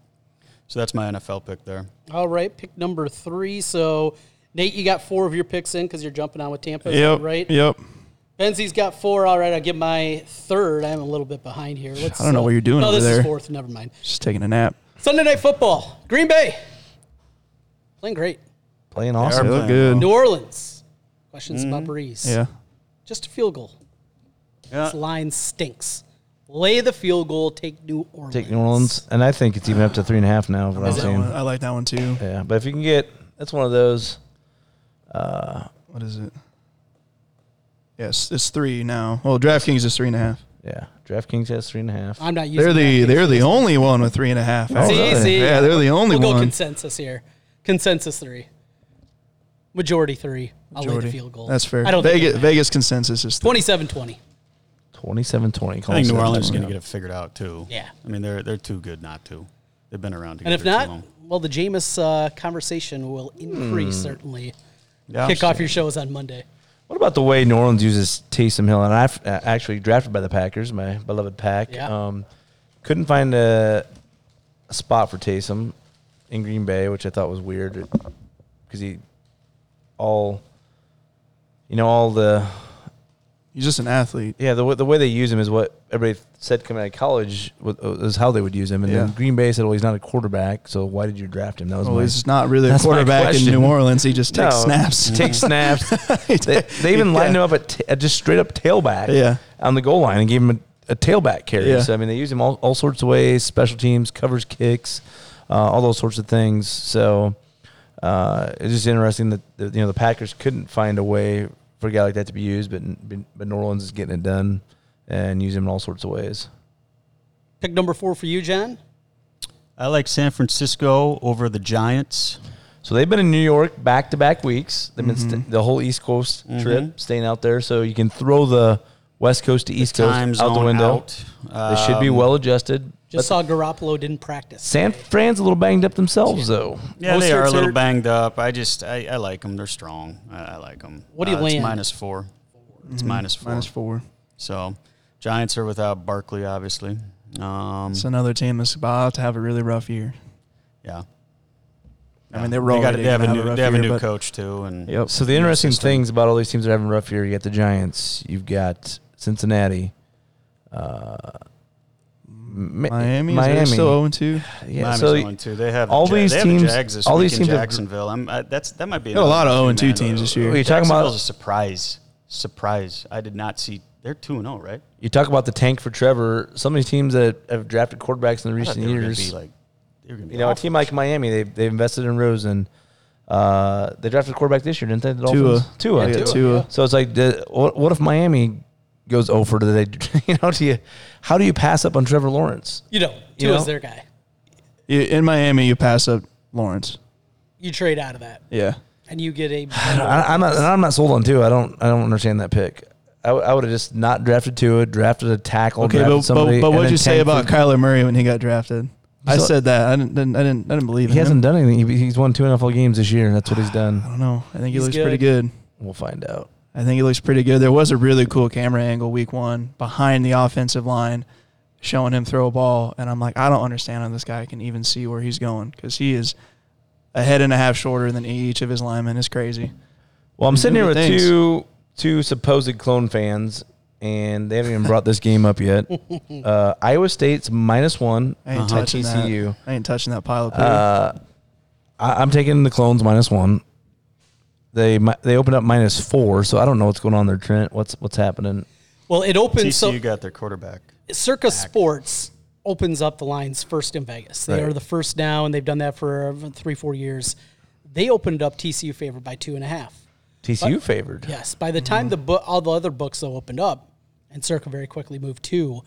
E: so that's my NFL pick there.
D: All right, pick number three. So, Nate, you got four of your picks in because you're jumping on with Tampa, is that
B: yep,
D: right?
B: Yep.
D: Benzi's got four. All right, I'll get my third. I'm a little bit behind here. Let's,
B: I don't know what you're doing
D: No,
B: over
D: this is
B: there.
D: fourth. Never mind.
B: Just taking a nap.
D: Sunday Night Football. Green Bay. Playing great.
C: playing
E: They are
C: awesome.
B: They
E: playing
B: look good. Mm-hmm.
D: New Orleans. Questions about Breeze.
B: Yeah,
D: Just a field goal.
E: Yeah.
D: This line stinks. Lay the field goal. Take New Orleans.
C: Take New Orleans, and I think it's even up to three and a half now. What
B: That
C: I'm
B: one-
C: saying.
B: I like that one too.
C: Yeah, but if you can get, that's one of those.
B: What is it? Yes, it's three now. Well, DraftKings is three and a half.
C: Yeah, DraftKings has three and a half.
D: I'm not using
B: They're the
D: that.
B: they're the only one with three and a half.
C: Oh,
B: actually.
D: See, see.
B: Yeah, they're the only
D: we'll go
B: one.
D: consensus here. Consensus three. Majority three. I'll lay
B: Jordy.
D: the field goal.
B: That's fair.
D: I don't
B: Vegas,
D: think it matters.
B: Vegas consensus is three.
D: 27-20.
C: 27-20.
F: I think New Orleans is going to get it figured out too.
D: Yeah.
F: I mean they're they're too good not to. They've been around
D: And
F: together
D: if not,
F: too long.
D: well, the Jameis uh, conversation will increase certainly.
F: Yeah,
D: Kick off
F: so-
D: your shows on Monday.
C: What about the way New Orleans uses Taysom Hill? And I've uh, actually drafted by the Packers, my beloved pack.
D: Yeah.
C: Um, couldn't find a, a spot for Taysom in Green Bay, which I thought was weird because he all, you know, all the
B: He's just an athlete.
C: yeah the wa- the way they use him is what everybody said coming out of college wa- was how they would use him, and
B: Yeah.
C: then Green Bay said, "Well, he's not a quarterback, so why did you draft him?" That was
B: Well,
C: my
B: he's not really a
C: That's my
B: quarterback in
C: question.
B: New Orleans. He just takes
C: No,
B: snaps. [laughs]
C: Take snaps. [laughs] they, they even lined him up at, t- at just straight up tailback
B: Yeah.
C: on the goal line and gave him a, a tailback carry.
B: Yeah.
C: So, I mean, they use him all, all sorts of ways special teams, covers kicks, uh, all those sorts of things. So uh, it's just interesting that, that, you know, the Packers couldn't find a way for a guy like that to be used, but, but New Orleans is getting it done and using him in all sorts of ways.
D: Pick number four for you, John.
F: I like San Francisco over the Giants.
C: So they've been in New York back to back weeks. They've
F: Mm-hmm.
C: been st- the whole East Coast trip, staying out there. So you can throw the West Coast to East
F: time
C: Coast out the
F: zone
C: window.
F: out.
C: they should be
F: Um,
C: well adjusted.
D: Just saw Garoppolo didn't practice.
C: San Fran's a little banged up themselves, though.
F: Yeah, they
D: Mostert's
F: are a little
D: hurt.
F: banged up. I just I, I like them. They're strong. I, I like them.
D: What do you
F: uh, it's
D: land?
F: minus four. It's minus four.
B: Mm-hmm. Minus four.
F: So Giants are without Barkley, obviously. Um,
B: It's another team that's about to have a really rough year.
F: yeah.
B: I mean, they were
F: They, got,
B: already
F: they have a
B: gonna
F: new
B: rough
F: they have a
B: year,
F: new
B: but
F: coach too, and
C: So the interesting things about all these teams that are having a rough year, you got the Giants, you've got Cincinnati, uh, Ma-
B: Miami, Miami. still 0 2.
C: yeah,
F: Miami's
C: so
F: going to. They have
C: all
F: the, Ja-
C: these
F: they have the
C: teams-
F: Jags this
C: all
F: week
C: these
F: in
C: teams have-
F: Jacksonville. I'm, I, that's that might be
B: There are a lot of
F: another
B: 0 and 2
F: issue, man.
B: teams this year.
C: What are you talking about?
F: Jacksonville's a surprise. Surprise! I did not see. They're two and zero, right?
C: you talk about the tank for Trevor. Some of these teams that have drafted quarterbacks in the
F: I thought
C: recent
F: they were gonna
C: years,
F: be like they were gonna be
C: you know, a
F: awful.
C: team like Miami, they they invested in Rosen. Uh, they drafted a quarterback this year, didn't they? The
B: Tua.
C: Dolphins? Tua.
B: Yeah,
C: Tua.
B: Tua.
C: So it's like, the, what, what if Miami goes over? Do they? [laughs] You know, do you? How do you pass up on Trevor Lawrence?
D: You don't.
C: You
D: Two is
C: know?
D: their guy.
B: You- In Miami, you pass up Lawrence.
D: You trade out of that,
B: Yeah.
D: and you get a.
C: [sighs] I, I'm not. and I'm not sold on Tua. I don't. I don't understand that pick. I, would have just not drafted Tua. Drafted a tackle.
B: Okay,
C: drafted
B: but,
C: somebody,
B: but, but
C: and
B: what'd
C: then
B: you say about
C: tanked it.
B: Kyler Murray when he got drafted? I
C: So-
B: said that. I didn't, didn't, I didn't, I didn't believe in
C: He hasn't
B: him.
C: done anything. He, he's won two NFL games this year. and That's what he's
B: I
C: done. [sighs]
B: don't know. I think he
D: He's
B: looks pretty good.
C: We'll find out.
B: I think he looks pretty good. There was a really cool camera angle week one behind the offensive line showing him throw a ball. And I'm like, I don't understand how this guy can even see where he's going because he is a head and a half shorter than each of his linemen. It's crazy.
C: Well, I'm sitting here with
B: Different things.
C: two two supposed clone fans, and they haven't even brought this game up
D: [laughs]
C: yet. Uh, Iowa State's minus one
B: I ain't
C: at
B: touching
C: Uh-huh, TCU. Uh,
B: that. I ain't touching that pile of poo.
C: I, I'm taking the clones minus one. They mi- they opened up minus four, so I don't know what's going on there, Trent. What's what's happening?
D: well, it
F: TCU
D: opens. So
F: got their quarterback.
D: Circus Sports opens up the lines first in Vegas. They
C: Right.
D: are the first now, and they've done that for uh, three, four years. They opened up TCU favored by two and a half.
C: TCU favored.
D: Yes. By the
C: Mm-hmm.
D: time the book, all the other books though opened up, and Circa very quickly moved two,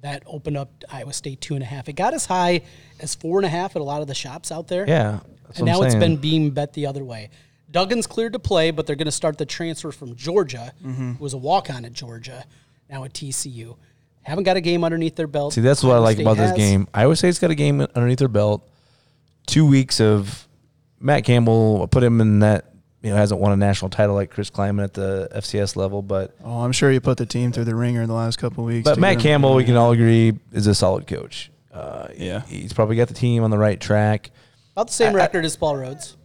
D: that opened up Iowa State two and a half. It got as high as four and a half at a lot of the shops out there.
C: Yeah, that's what
D: and
C: I'm
D: now it's
C: saying.
D: been beam bet the other way. Duggan's cleared to play, but they're going to start the transfer from Georgia, who was a walk on at Georgia, now at TCU. Haven't got a game underneath their belt.
C: See, that's what I
D: Iowa
C: like
D: State
C: about this
D: has.
C: game. Iowa State's got a game underneath their belt. Two weeks of Matt Campbell put him in that you know hasn't won a national title like Chris Kleiman at the FCS level, but
B: oh, I'm sure you put the team through the ringer in the last couple of weeks.
C: But
B: to
C: Matt
B: get him-
C: Campbell, we can all agree, is a solid coach. Uh,
B: Yeah.
C: [laughs] he's probably got the team on the right track.
D: About the same record as Paul Rhodes.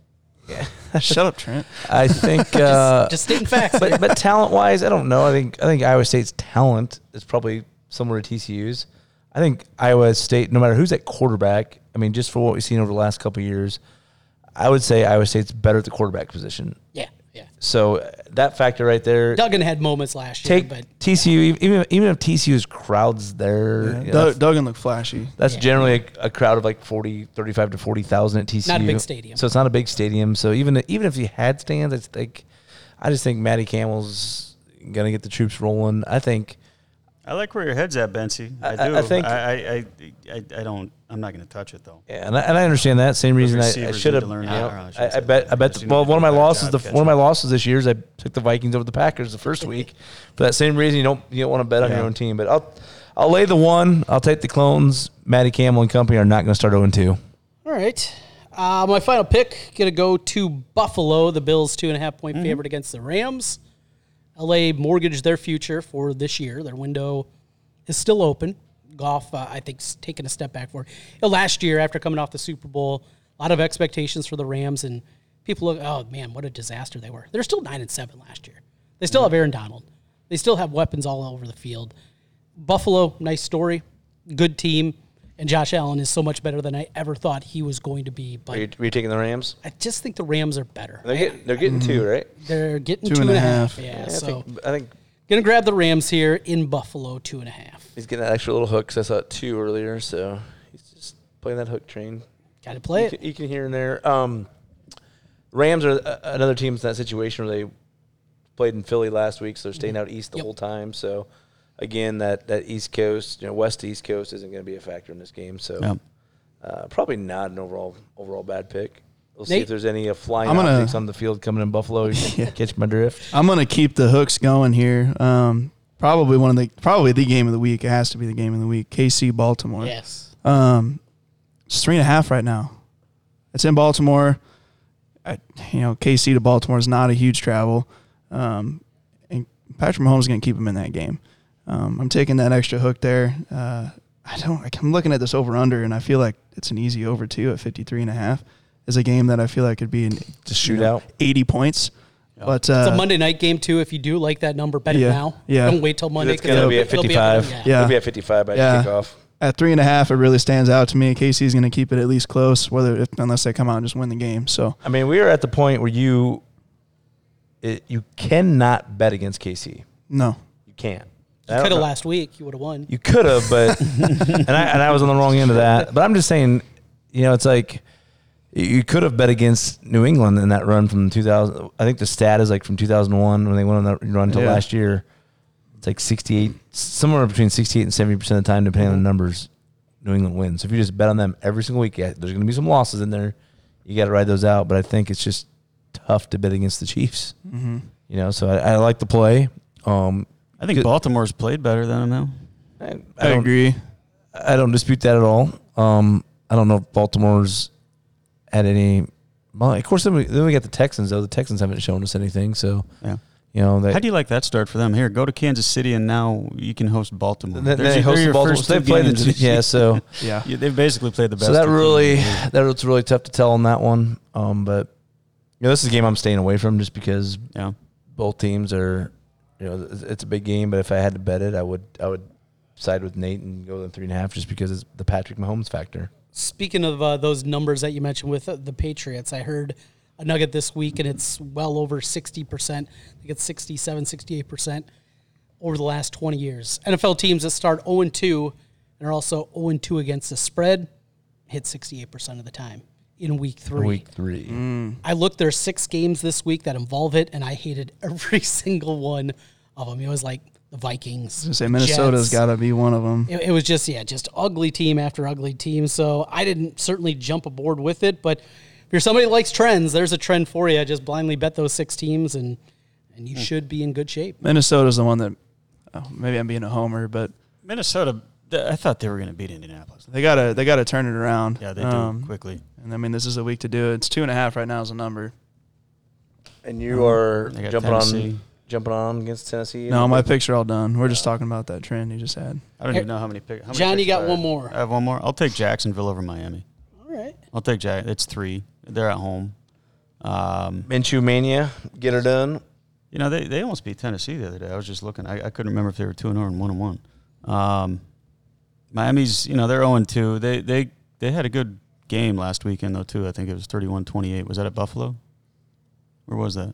B: Shut up, Trent.
D: [laughs]
C: I think, uh,
D: Just stating facts.
C: but but talent wise, I don't know. I think I think Iowa State's talent is probably similar to TCU's. I think Iowa State, no matter who's at quarterback, I mean, just for what we've seen over the last couple of years, I would say Iowa State's better at the quarterback position.
D: yeah, yeah.
C: So uh, that factor right there.
D: Duggan had moments last year,
C: take
D: but
C: TCU, even even if TCU's crowds there, you know,
B: Dug-
C: that's-
B: Duggan looked flashy.
C: That's generally a, a crowd of like 40, 35 to 40,000 at TCU.
D: Not a big stadium.
C: So it's not a big stadium. So even even if you had stands, it's like I just think Matty Campbell's going to get the troops rolling. I think
F: I like where your head's at, Bensi. I,
C: I-
F: do.
C: I think-
F: I, I, I, I, I don't. I'm not going to touch it though.
C: Yeah, and I, and I understand that same reason I, I
F: receivers need
C: should have.
F: to
C: You
F: learn
C: know,
F: how- how I should
C: I, I
F: say
C: bet. I
F: that.
C: bet.
F: They
C: Well,
F: need to
C: one of my
F: do a better
C: losses.
F: job
C: The, one of
F: catching
C: my losses this year is I took the Vikings over the Packers the
F: [laughs]
C: first week. For that same reason, you don't you don't want to bet on
F: Yeah.
C: your own team. But I'll I'll lay the one. I'll take the clones. Matty Campbell and company are not going to start 0 2.
D: All right. Uh, my final pick gonna go to Buffalo. The Bills two and a half point favorite against the Rams. LA mortgaged their future for this year. Their window is still open. Goff, uh, I think, is taking a step back for last year after coming off the Super Bowl. A lot of expectations for the Rams, and people look, oh man, what a disaster they were. They're still nine and seven last year. They still have Aaron Donald. They still have weapons all over the field. Buffalo, nice story, good team, and Josh Allen is so much better than I ever thought he was going to be. But
C: Are you, are you taking the Rams?
D: I just think the Rams are better.
C: They're getting they're getting two right.
D: They're getting
B: Two and a half.
D: Yeah,
C: I
D: so
C: think, I think
D: gonna grab the Rams here in Buffalo, two and a half.
C: he's getting that extra little hook. 'cause I saw it two earlier, so he's just playing that hook train.
D: Got to play
C: you
D: it.
C: Can, you can hear in there. Um, Rams are a- another team in that situation where they played in Philly last week, so they're staying out east the
D: Mm-hmm. Yep.
C: whole time. So again, that that East Coast, you know, West to East Coast isn't going to be a factor in this game. So
E: Yeah.
C: uh, probably not an overall overall bad pick. We'll see
D: Nate?
C: if there's any uh, flying
B: I'm gonna-
C: optics on the field coming in Buffalo.
B: [laughs]
C: You Catch my drift.
B: I'm gonna keep the hooks going here. Um, probably one of the probably the game of the week. It has to be the game of the week. KC Baltimore.
D: Yes.
B: Um, it's three and a half right now. It's in Baltimore. I, you know, KC to Baltimore is not a huge travel. Um, and Patrick Mahomes is going to keep him in that game. Um, I'm taking that extra hook there. Uh, I don't. Like, I'm looking at this over under, and I feel like it's an easy over two at 53 and a half. Is a game that I feel like could be an
C: Just
B: you know,
C: shootout.
B: 80 points. But uh,
D: It's a Monday night game too. If you do like that number, bet
B: Yeah,
D: it now.
B: yeah.
D: Don't wait till Monday.
C: It's
D: 'cause
C: going to be at
D: it'll- it'll
C: 55.
D: yeah.
B: Yeah.
C: It'll be at 55 by
B: Yeah.
C: kickoff.
B: at three and a half, it really stands out to me. KC's going to keep it at least close, whether if, unless they come out and just win the game. So
C: I mean, we are at the point where you it, you cannot bet against KC.
B: no,
C: You can't. I
D: You
C: don't
D: could have
C: know-
D: last week. You would have won.
C: You could have, but and I and I was on the wrong end of that. But I'm just saying, you know, it's like you could have bet against New England in that run from 2000. I think the stat is like from 2001 when they went on that run until
B: Yeah.
C: last year. It's like 68, somewhere between 68 and 70 percent of the time, depending on the numbers, New England wins. So if you just bet on them every single week, yeah, there's going to be some losses in there. You got to ride those out. But I think it's just tough to bet against the Chiefs.
B: Mm-hmm.
C: You know, so I, I like the play. Um,
E: I think
C: Good.
E: Baltimore's played better than him now.
C: I,
B: I,
C: don't-
B: agree.
C: I don't dispute that at all. Um, I don't know if Baltimore's had any. Well, of course, then we, then we got the Texans though. The Texans haven't shown us anything, so
E: Yeah.
C: you know they
F: How do you like that start for them? Here, go to Kansas City, and now you can host Baltimore.
C: they,
F: There's
C: they
F: your- they're
C: hosted
F: your
C: Baltimore.
F: first
C: so They
F: two
C: played
F: games.
C: the yeah, so
B: Yeah.
F: [laughs] Yeah, they've basically played the best.
C: so that
F: two teams.
C: really [sighs] that was really tough to tell on that one. Um, but you know this is a game I'm staying away from just because
F: Yeah.
C: both teams are you know it's- it's a big game. But if I had to bet it, I would I would side with Nate and go with three and a half just because it's the Patrick Mahomes factor.
D: Speaking of uh, those numbers that you mentioned with uh, the Patriots, I heard a nugget this week, and it's well over 60%. I think it's 67, 68% over the last 20 years. NFL teams that start 0 2 and are also 0 2 against the spread hit 68% of the time in week three.
C: Week three.
F: Mm.
D: I looked, there's six games this week that involve it, and I hated [laughs] every single one of them. It was like the Vikings.
B: I say Minnesota's
D: Jets.
B: got to be one of them.
D: It, it was just yeah, just ugly team after ugly team. So I didn't certainly jump aboard with it, but if you're somebody that likes trends, there's a trend for you. Just blindly bet those six teams, and and you
F: Hmm.
D: should be in good shape.
B: Minnesota's the one that oh, maybe I'm being a homer, but
F: Minnesota. th- I thought they were going to beat Indianapolis.
B: they gotta they gotta turn it around.
F: Yeah, they
B: Um,
F: do quickly.
B: And I mean, this is a week to do it. It's two and a half right now is a number.
C: And you are
F: They got
C: jumping
F: Tennessee.
C: on jumping on against Tennessee.
B: No, my picks are all done. We're just talking about that trend you just had.
F: I don't even know how many. Pick, how many
D: John, you
F: picks
D: got
F: I
D: one
F: have.
D: more.
F: I have one more. I'll take Jacksonville over Miami.
D: All right,
F: I'll take Jack. It's three. They're at home. Um,
C: Minshew mania, get her done.
F: You know, they, they almost beat Tennessee the other day. I was just looking. I, I couldn't remember if they were 2 0 and 1 and 1. Um, Miami's, you know, they're 0 2. They, they, they had a good game last weekend, though, too. I think it was 31 28. Was that at Buffalo? Where was that?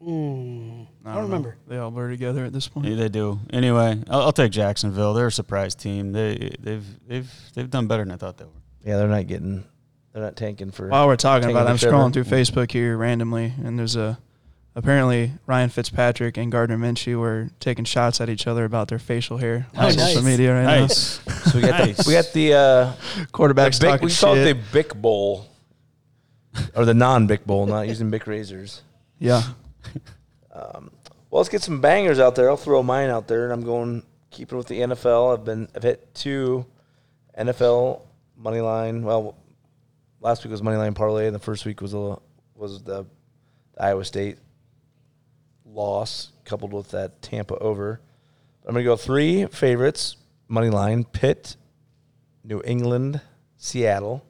D: I Hmm. don't remember.
B: They all blur together at this point.
F: Yeah, they do. Anyway, I'll, I'll take Jacksonville. They're a surprise team. They, they've, they've, they've done better than I thought they were.
C: Yeah, they're not getting, they're not tanking for.
B: While we're talking
C: Taking
B: about, it,
C: the
B: I'm
C: Trevor.
B: scrolling through Facebook here randomly, and there's a apparently Ryan Fitzpatrick and Gardner Minshew were taking shots at each other about their facial hair on
D: Nice.
B: social
D: Oh, Nice.
B: media right
F: Nice.
C: So we got
F: Nice.
C: the we got the uh,
B: now. [laughs] Quarterbacks
C: Bic-
B: talking
C: we call it
B: shit.
C: the Bic Bowl, or the non-Bic Bowl, not using Bic razors. Um,
B: yeah,
C: Well, let's get some bangers out there. I'll throw mine out there, and I'm going keeping with the NFL. I've been I've hit two NFL money line. Well, last week was money line parlay, and the first week was a, was the, the Iowa State loss coupled with that Tampa over. I'm gonna go three favorites: money line, Pitt, New England, Seattle.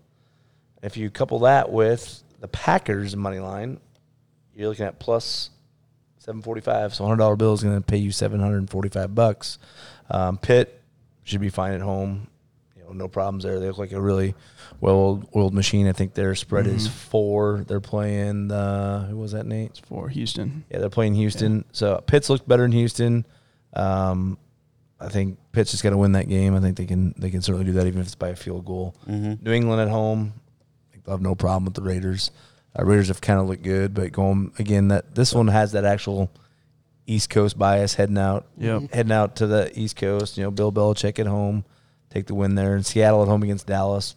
C: If you couple that with the Packers money line, you're looking at plus seven forty five. So hundred dollar bill is going to pay you seven hundred and forty five bucks. Um, Pitt should be fine at home. You know, no problems there. They look like a really well oiled machine. I think their spread is four. They're playing uh, who was that Nate?
B: for Houston.
C: Yeah, they're playing Houston. So Pitt's looked better in Houston. Um, I think Pitt's just got to win that game. I think they can they can certainly do that even if it's by a field goal.
F: Mm-hmm.
C: New England at home, I think they'll have no problem with the Raiders. Uh, Raiders have kind of looked good, but going again that this one has that actual East Coast bias heading out.
B: Yep.
C: heading out to the East Coast. You know, Bill Belichick at home, take the win there, and Seattle at home against Dallas.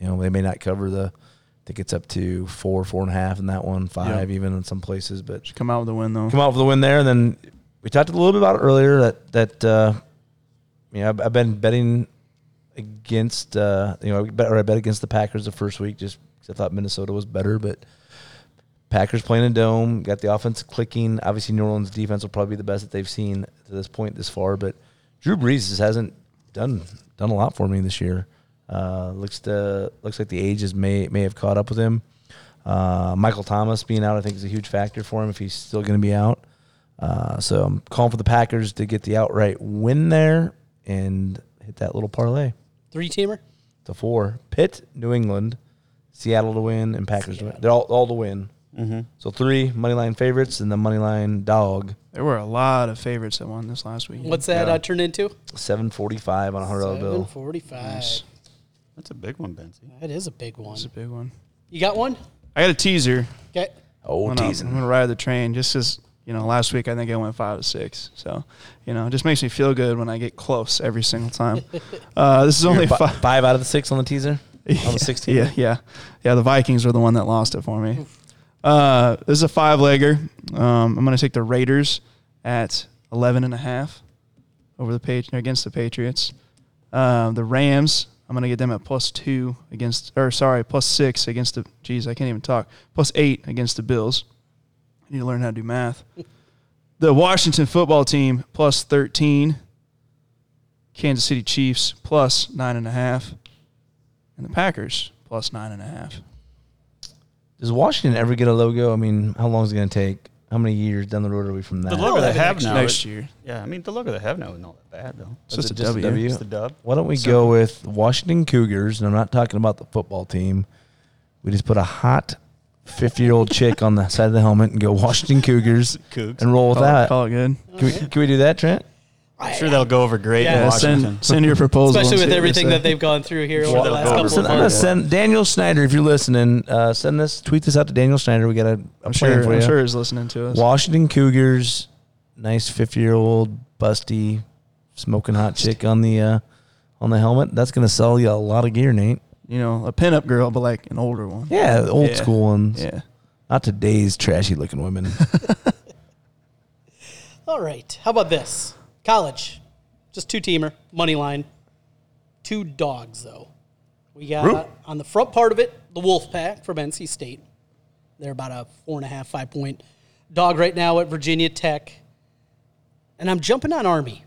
C: You know, they may not cover the. I think it's up to four, four and a half in that one, five even in some places, but
B: Should come out with a win though.
C: come out with a win there. And then we talked a little bit about it earlier that that uh, you know I've, I've been betting against uh, you know I bet, or I bet against the Packers the first week just 'cause I thought Minnesota was better, but Packers playing a dome, got the offense clicking. Obviously, New Orleans defense will probably be the best that they've seen to this point this far, but Drew Brees just hasn't done done a lot for me this year. Uh, looks to looks like the ages may may have caught up with him. Uh, Michael Thomas being out, I think, is a huge factor for him if he's still going to be out. Uh, so I'm calling for the Packers to get the outright win there and hit that little parlay
D: Three teamer.
C: to four. Pitt, New England, Seattle to win, and Packers to win. They're all, all to win. Mm-hmm. So three money line favorites and the money line dog.
B: There were a lot of favorites that won this last
F: Hmm.
B: week.
D: What's that uh, turned into?
C: Seven forty five on a hundred dollar
D: Seven
C: bill.
D: forty-five.
F: That's a big one, Benzie.
D: That is a big one.
B: That's a big one.
D: You got one?
B: I got a teaser.
D: Okay.
C: Oh,
B: I'm gonna, I'm
C: teasing.
B: gonna ride the train just as you know. Last week I think I went five to six, so you know, it just makes me feel good when I get close every single
D: [laughs]
B: time. uh, this is only [laughs]
C: Fi-
B: five.
C: five out of the six on the teaser. On the sixteen.
B: Yeah, yeah, yeah. The Vikings were the one that lost it for me. Uh, this is a five legger. Um, I'm going to take the Raiders at 11 and a half over the page against the Patriots. Um, the Rams. I'm going to get them at plus two against, or sorry, plus six against the. Geez, I can't even talk. Plus eight against the Bills. I need to learn how to do math. The Washington football team plus 13. Kansas City Chiefs plus nine and a half and the Packers plus nine and a half.
C: Does Washington ever get a logo? I mean, how long is it going to take? How many years down the road are we from that?
F: Oh, The logo they have now.
B: Next
F: it-
B: year,
F: Yeah, I mean, the logo they have now isn't all that bad, though.
B: it's just a
C: it just
B: W.
C: a W?
F: It's the dub.
C: Why don't we go with Washington Cougars? And I'm not talking about the football team. We just put a hot 50 year old chick on the side of the helmet and go Washington Cougars
F: Cougs.
C: and roll with
B: Call, it-
C: that.
B: call it good.
C: Can we, can we do that, Trent?
F: I'm sure that'll go over great
D: Yeah,
F: in
B: Yeah,
F: Washington.
B: send send your proposal, and
D: Especially
B: see
D: with
B: what they
D: everything
B: say.
D: that they've gone through here over the
F: they'll
D: last
F: go over
D: couple
C: Listen,
D: of
F: some.
C: I'm gonna
D: months.
C: send Daniel Snyder. If you're listening, uh, send this, tweet this out to Daniel Snyder. We got a, a
B: I'm
C: plan
B: sure.
C: for
B: I'm
C: you.
B: sure is listening to us.
C: Washington Cougars, nice 50 year old busty, smoking hot chick on the uh, on the helmet. That's gonna sell you a lot of gear, Nate.
B: You know, a pinup girl, but like an older one.
C: Yeah, the old
B: Yeah.
C: school ones.
B: Yeah.
C: Not today's trashy
B: [laughs]
C: looking women.
D: All right. How about this? College. Just two teamer, money line. Two dogs, though. We got on the front part of it, the Wolf Pack from NC State. They're about a four and a half, five point dog right now at Virginia Tech. And I'm jumping on Army.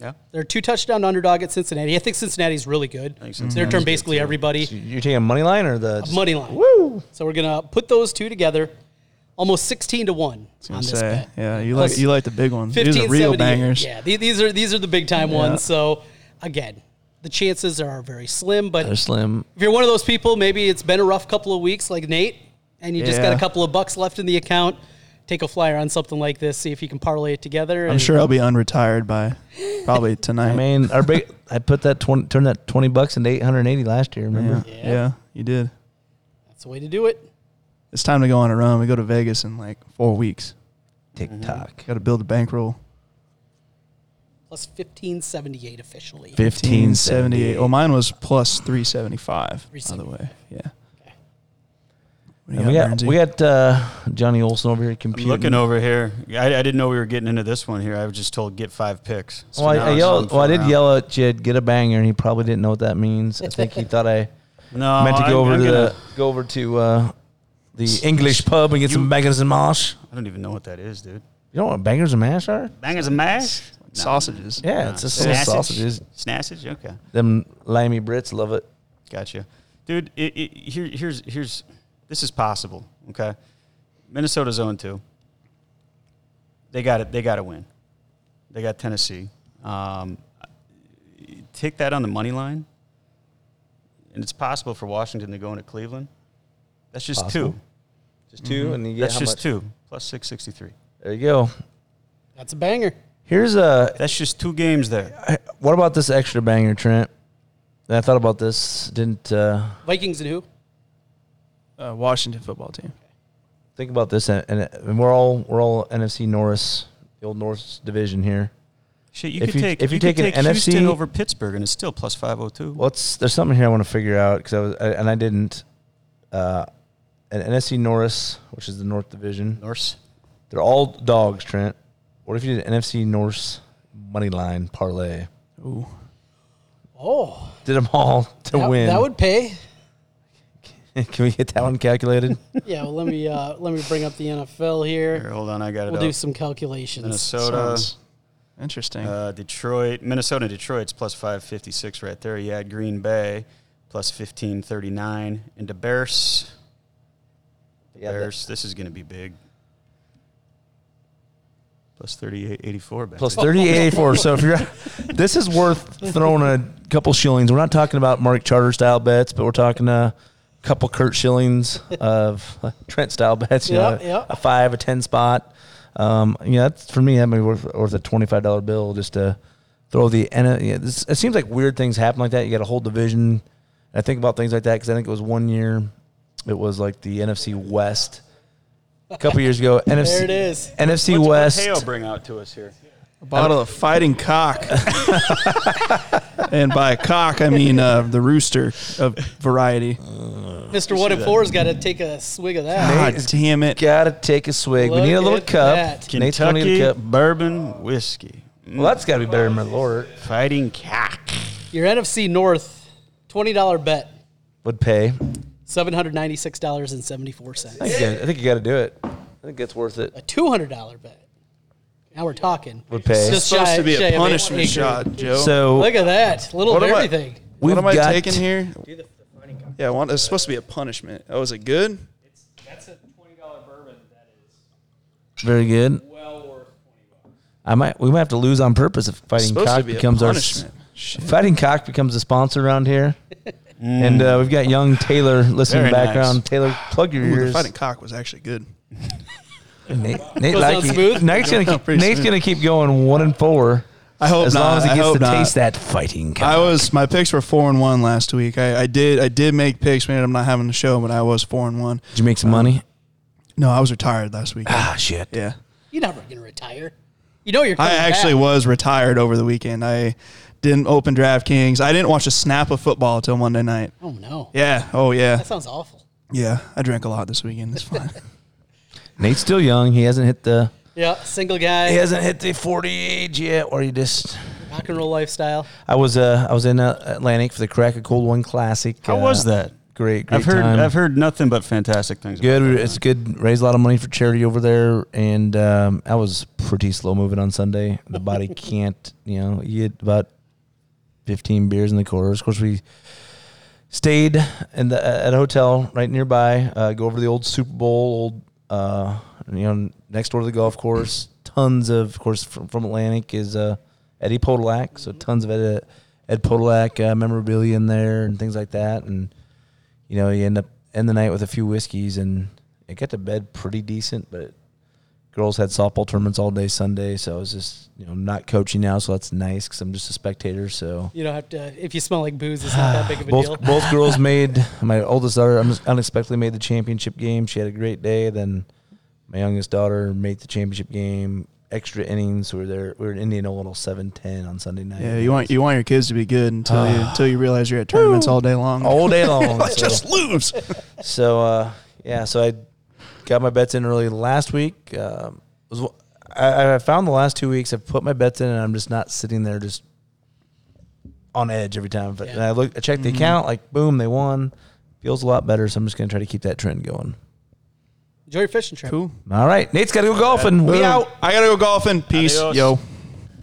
F: Yeah.
D: They're a two touchdown underdog at Cincinnati. I think Cincinnati's really good. They're turn basically everybody.
C: You're taking a money line or the
D: money line.
C: Woo!
D: So we're gonna put those two together, almost sixteen to one on
B: I
D: this
B: say,
D: bet.
B: yeah, you like
D: Plus
B: you like the big ones. These are
D: 15,
B: real
D: 78.
B: bangers.
D: Yeah, the- these are these are the big time ones. So again, the chances are very slim. But
C: They're slim.
D: if you're one of those people, maybe it's been a rough couple of weeks, like Nate, and you just got a
B: Yeah.
D: couple of bucks left in the account. Take a flyer on something like this. See if you can parlay it together.
B: I'm sure I'll be unretired
D: [laughs]
B: by probably tonight.
C: I mean, our big. I put that twenty, turned that twenty bucks into eight hundred and eighty last year. Remember?
B: yeah. yeah, you did.
D: that's the way to do it.
B: it's time to go on a run. We go to Vegas in like four weeks.
C: TikTok.
B: Got to build a bankroll.
D: Plus 1578 officially.
B: 1578. Well, mine was plus 375, by the
D: 375.
B: way. Yeah. What do you
C: And we
B: got,
C: got
B: Bernsey?
C: we got uh, Johnny Olson over here
E: I'm
C: computing.
E: looking over here. I, I didn't know we were getting into this one here. I was just told get five picks. So
C: well, I,
E: now
C: I
E: it's
C: yelled.
E: fun
C: Well, I
E: for
C: did
E: now.
C: yell at Jed. Get a banger, and he probably didn't know what that means. I think he thought I
E: No,
C: meant to
E: Oh, I'm-
C: go over
E: I'm
C: to
E: gonna-
C: the go over to uh, the English pub and get some bangers and mash.
E: I don't even know what that is, dude.
C: You know what bangers and mash are?
E: Bangers and mash.
B: sausages.
C: Yeah, it's just little sausages.
E: Snassage. Okay,
C: Them limey Brits love it.
E: gotcha, dude. It, it, here, here's here's this is possible. Okay, Minnesota's 0 2. They got it. They got to win. They got Tennessee. Um, take that on the money line, and it's possible for Washington to go into Cleveland. That's just two.
C: Possible. Just 2 and you get
E: Mm-hmm. That's
C: how
E: just
C: much?
E: two plus six sixty three.
C: There you go.
D: That's a banger.
C: Here's a.
E: That's just two games there.
C: What about this extra banger, Trent? I thought about this. Didn't uh,
D: Vikings and who?
B: Uh, Washington football team.
C: think about this, and, and- and we're all we're all NFC Norris, the old Norris division here.
E: Shit, you
C: If
E: could
C: you-
E: take
C: if you
E: could
C: take an
E: Houston
C: NFC
E: over Pittsburgh, and it's still plus five hundred two.
C: Well, it's, there's something here I want to figure out because I was I, and I didn't. Uh, an NFC Norris, which is the North Division,
E: Norse.
C: they're all dogs. Trent, what if you did an NFC Norris money line parlay?
B: Ooh.
D: Oh,
C: Did them all [laughs] to
D: that,
C: win.
D: that would pay.
C: Can we get that one
D: [laughs]
C: calculated?
D: Yeah, well, let me uh, let me bring up the NFL here.
E: Here, hold on, I got it.
D: We'll
E: up.
D: do some calculations.
E: Minnesota,
B: Sounds interesting.
E: uh,
C: Mm-hmm.
E: Detroit, Minnesota, Detroit's plus five fifty six right there. You had Green Bay plus fifteen thirty nine, and the Bears.
C: Yeah, that-
E: Bears, this is going to be big. Plus thirty eight eighty four.
C: plus 3884 so if you're [laughs] this is worth throwing a couple shillings we're not talking about mark charter style bets but we're talking a couple kurt shillings of [laughs] trent style bets you
D: Yep,
C: know
D: yep.
C: a five a ten spot um you know that's for me that may be worth, worth a $25 bill just to throw the and yeah, this, it seems like weird things happen like that you got a whole division i think about things like that because i think it was one year it was like the nfc west a couple years ago nfc
D: There it is.
C: nfc
E: What's
C: west
E: Mateo bring out to us here?
B: a bottle of fighting cock. and by cock, I mean uh, the rooster of variety.
D: Mr. One and Four's got to take a swig of that.
B: God damn it.
C: Gotta take a swig. we
D: Look
C: need a little
D: at
C: cup.
D: that.
C: Nate's gonna need
E: Kentucky
C: a cup.
E: bourbon whiskey,
C: Well, that's gotta be better than my lord.
E: fighting cock.
D: Your NFC North twenty dollar bet
C: Would pay.
D: seven hundred ninety six dollars and seventy four cents.
C: I think, you- I think you gotta do it. I think it's worth it.
D: A two hundred dollar bet. Now we're talking.
C: Would pay.
D: Just
B: supposed
D: shy-
B: to be
D: shy
B: a
D: of eight
B: punishment
D: acre.
B: shot, Joe.
C: So
D: Look at that. Little
B: What
D: of
B: am I-
D: everything.
B: what am I
C: got-
B: taking here? Yeah, one, it's supposed to be a punishment. Oh, is it good?
C: very good. I might. We might have to lose on purpose if
B: It's
C: fighting
B: supposed
C: cock
B: to be
C: becomes
B: a
C: our
B: punishment. Mm. Shit.
C: fighting cock becomes a sponsor
B: [laughs]
C: around here. And uh, we've got young Taylor listening in the
E: Very
C: background.
E: nice.
C: Taylor, plug your
B: Ooh, the
C: ears.
B: fighting cock was actually good.
C: Nate, Nate
D: Goes down
C: Lackey-
D: smooth?
B: [laughs]
C: Nate's gonna keep,
B: Pretty
C: Nate's
B: smooth.
C: gonna keep going one and four.
B: I hope
C: as
B: not.
C: long as he
B: I
C: gets
B: hope
C: to
B: not.
C: taste that fighting cock.
B: I was my picks were four and one last week. I, I did I did make picks. Man, I'm not having the show, but I was four and one.
C: Did you make some money?
B: No, I was retired last week.
C: Ah, shit.
B: yeah,
D: You're never gonna retire. You know you're.
B: I
D: coming
B: actually
D: back.
B: was retired over the weekend. I didn't open DraftKings. I didn't watch a snap of football until Monday night.
D: Oh no.
B: Yeah. Oh yeah.
D: That sounds awful.
B: Yeah. I drank a lot this weekend. It's fine.
C: Nate's still young. He hasn't hit the
D: Yeah, single guy,
C: he hasn't hit the forty age yet, or he just.
D: rock and roll lifestyle.
C: I was uh I was in uh, Atlantic for the Crack a Cold One Classic.
E: How
C: uh,
E: was that?
C: Great, great
E: I've heard
C: time.
E: I've heard nothing but fantastic things. about
C: Good. It's good. Raised a lot of money for charity over there, and um, I was pretty slow moving on Sunday. The body can't, you know, you get about fifteen beers in the quarters. Of course, we stayed in the at a hotel right nearby. Uh, go over to the old Super Bowl, old uh, you know, next door to the golf course. Tons of, of course, from, from Atlantic is uh, Eddie Podolak. So tons of Ed, Ed Podolak uh, memorabilia in there and things like that, and you know, you end up end the night with a few whiskeys and it got to bed pretty decent, but girls had softball tournaments all day Sunday, so I was just you know I'm not coaching now, so that's nice because I'm just a spectator. So
D: You don't have to. If you smell like booze, it's not that big of a deal.
C: both both girls made my oldest daughter un- unexpectedly made the championship game. She had a great day. Then my youngest daughter made the championship game. Extra innings. We were there. We were in Indianola until seven ten on Sunday night.
B: Yeah, you want you want your kids to be good until you until you realize you're at tournaments all day long. [laughs]
C: all day long. so.
B: just lose.
C: So uh, yeah, so I got my bets in early last week. Um, was, I, I found the last two weeks I've put my bets in and I'm just not sitting there just on edge every time. But
D: Yeah.
C: and I look, I checked the account, like boom, they won. Feels a lot better, so I'm just gonna try to keep that trend going.
D: Enjoy your fishing trip.
B: Cool.
C: All right, Nate's gotta go golfing. We
B: Boom.
C: out.
B: I gotta go golfing. Peace.
F: Adios.
B: Yo.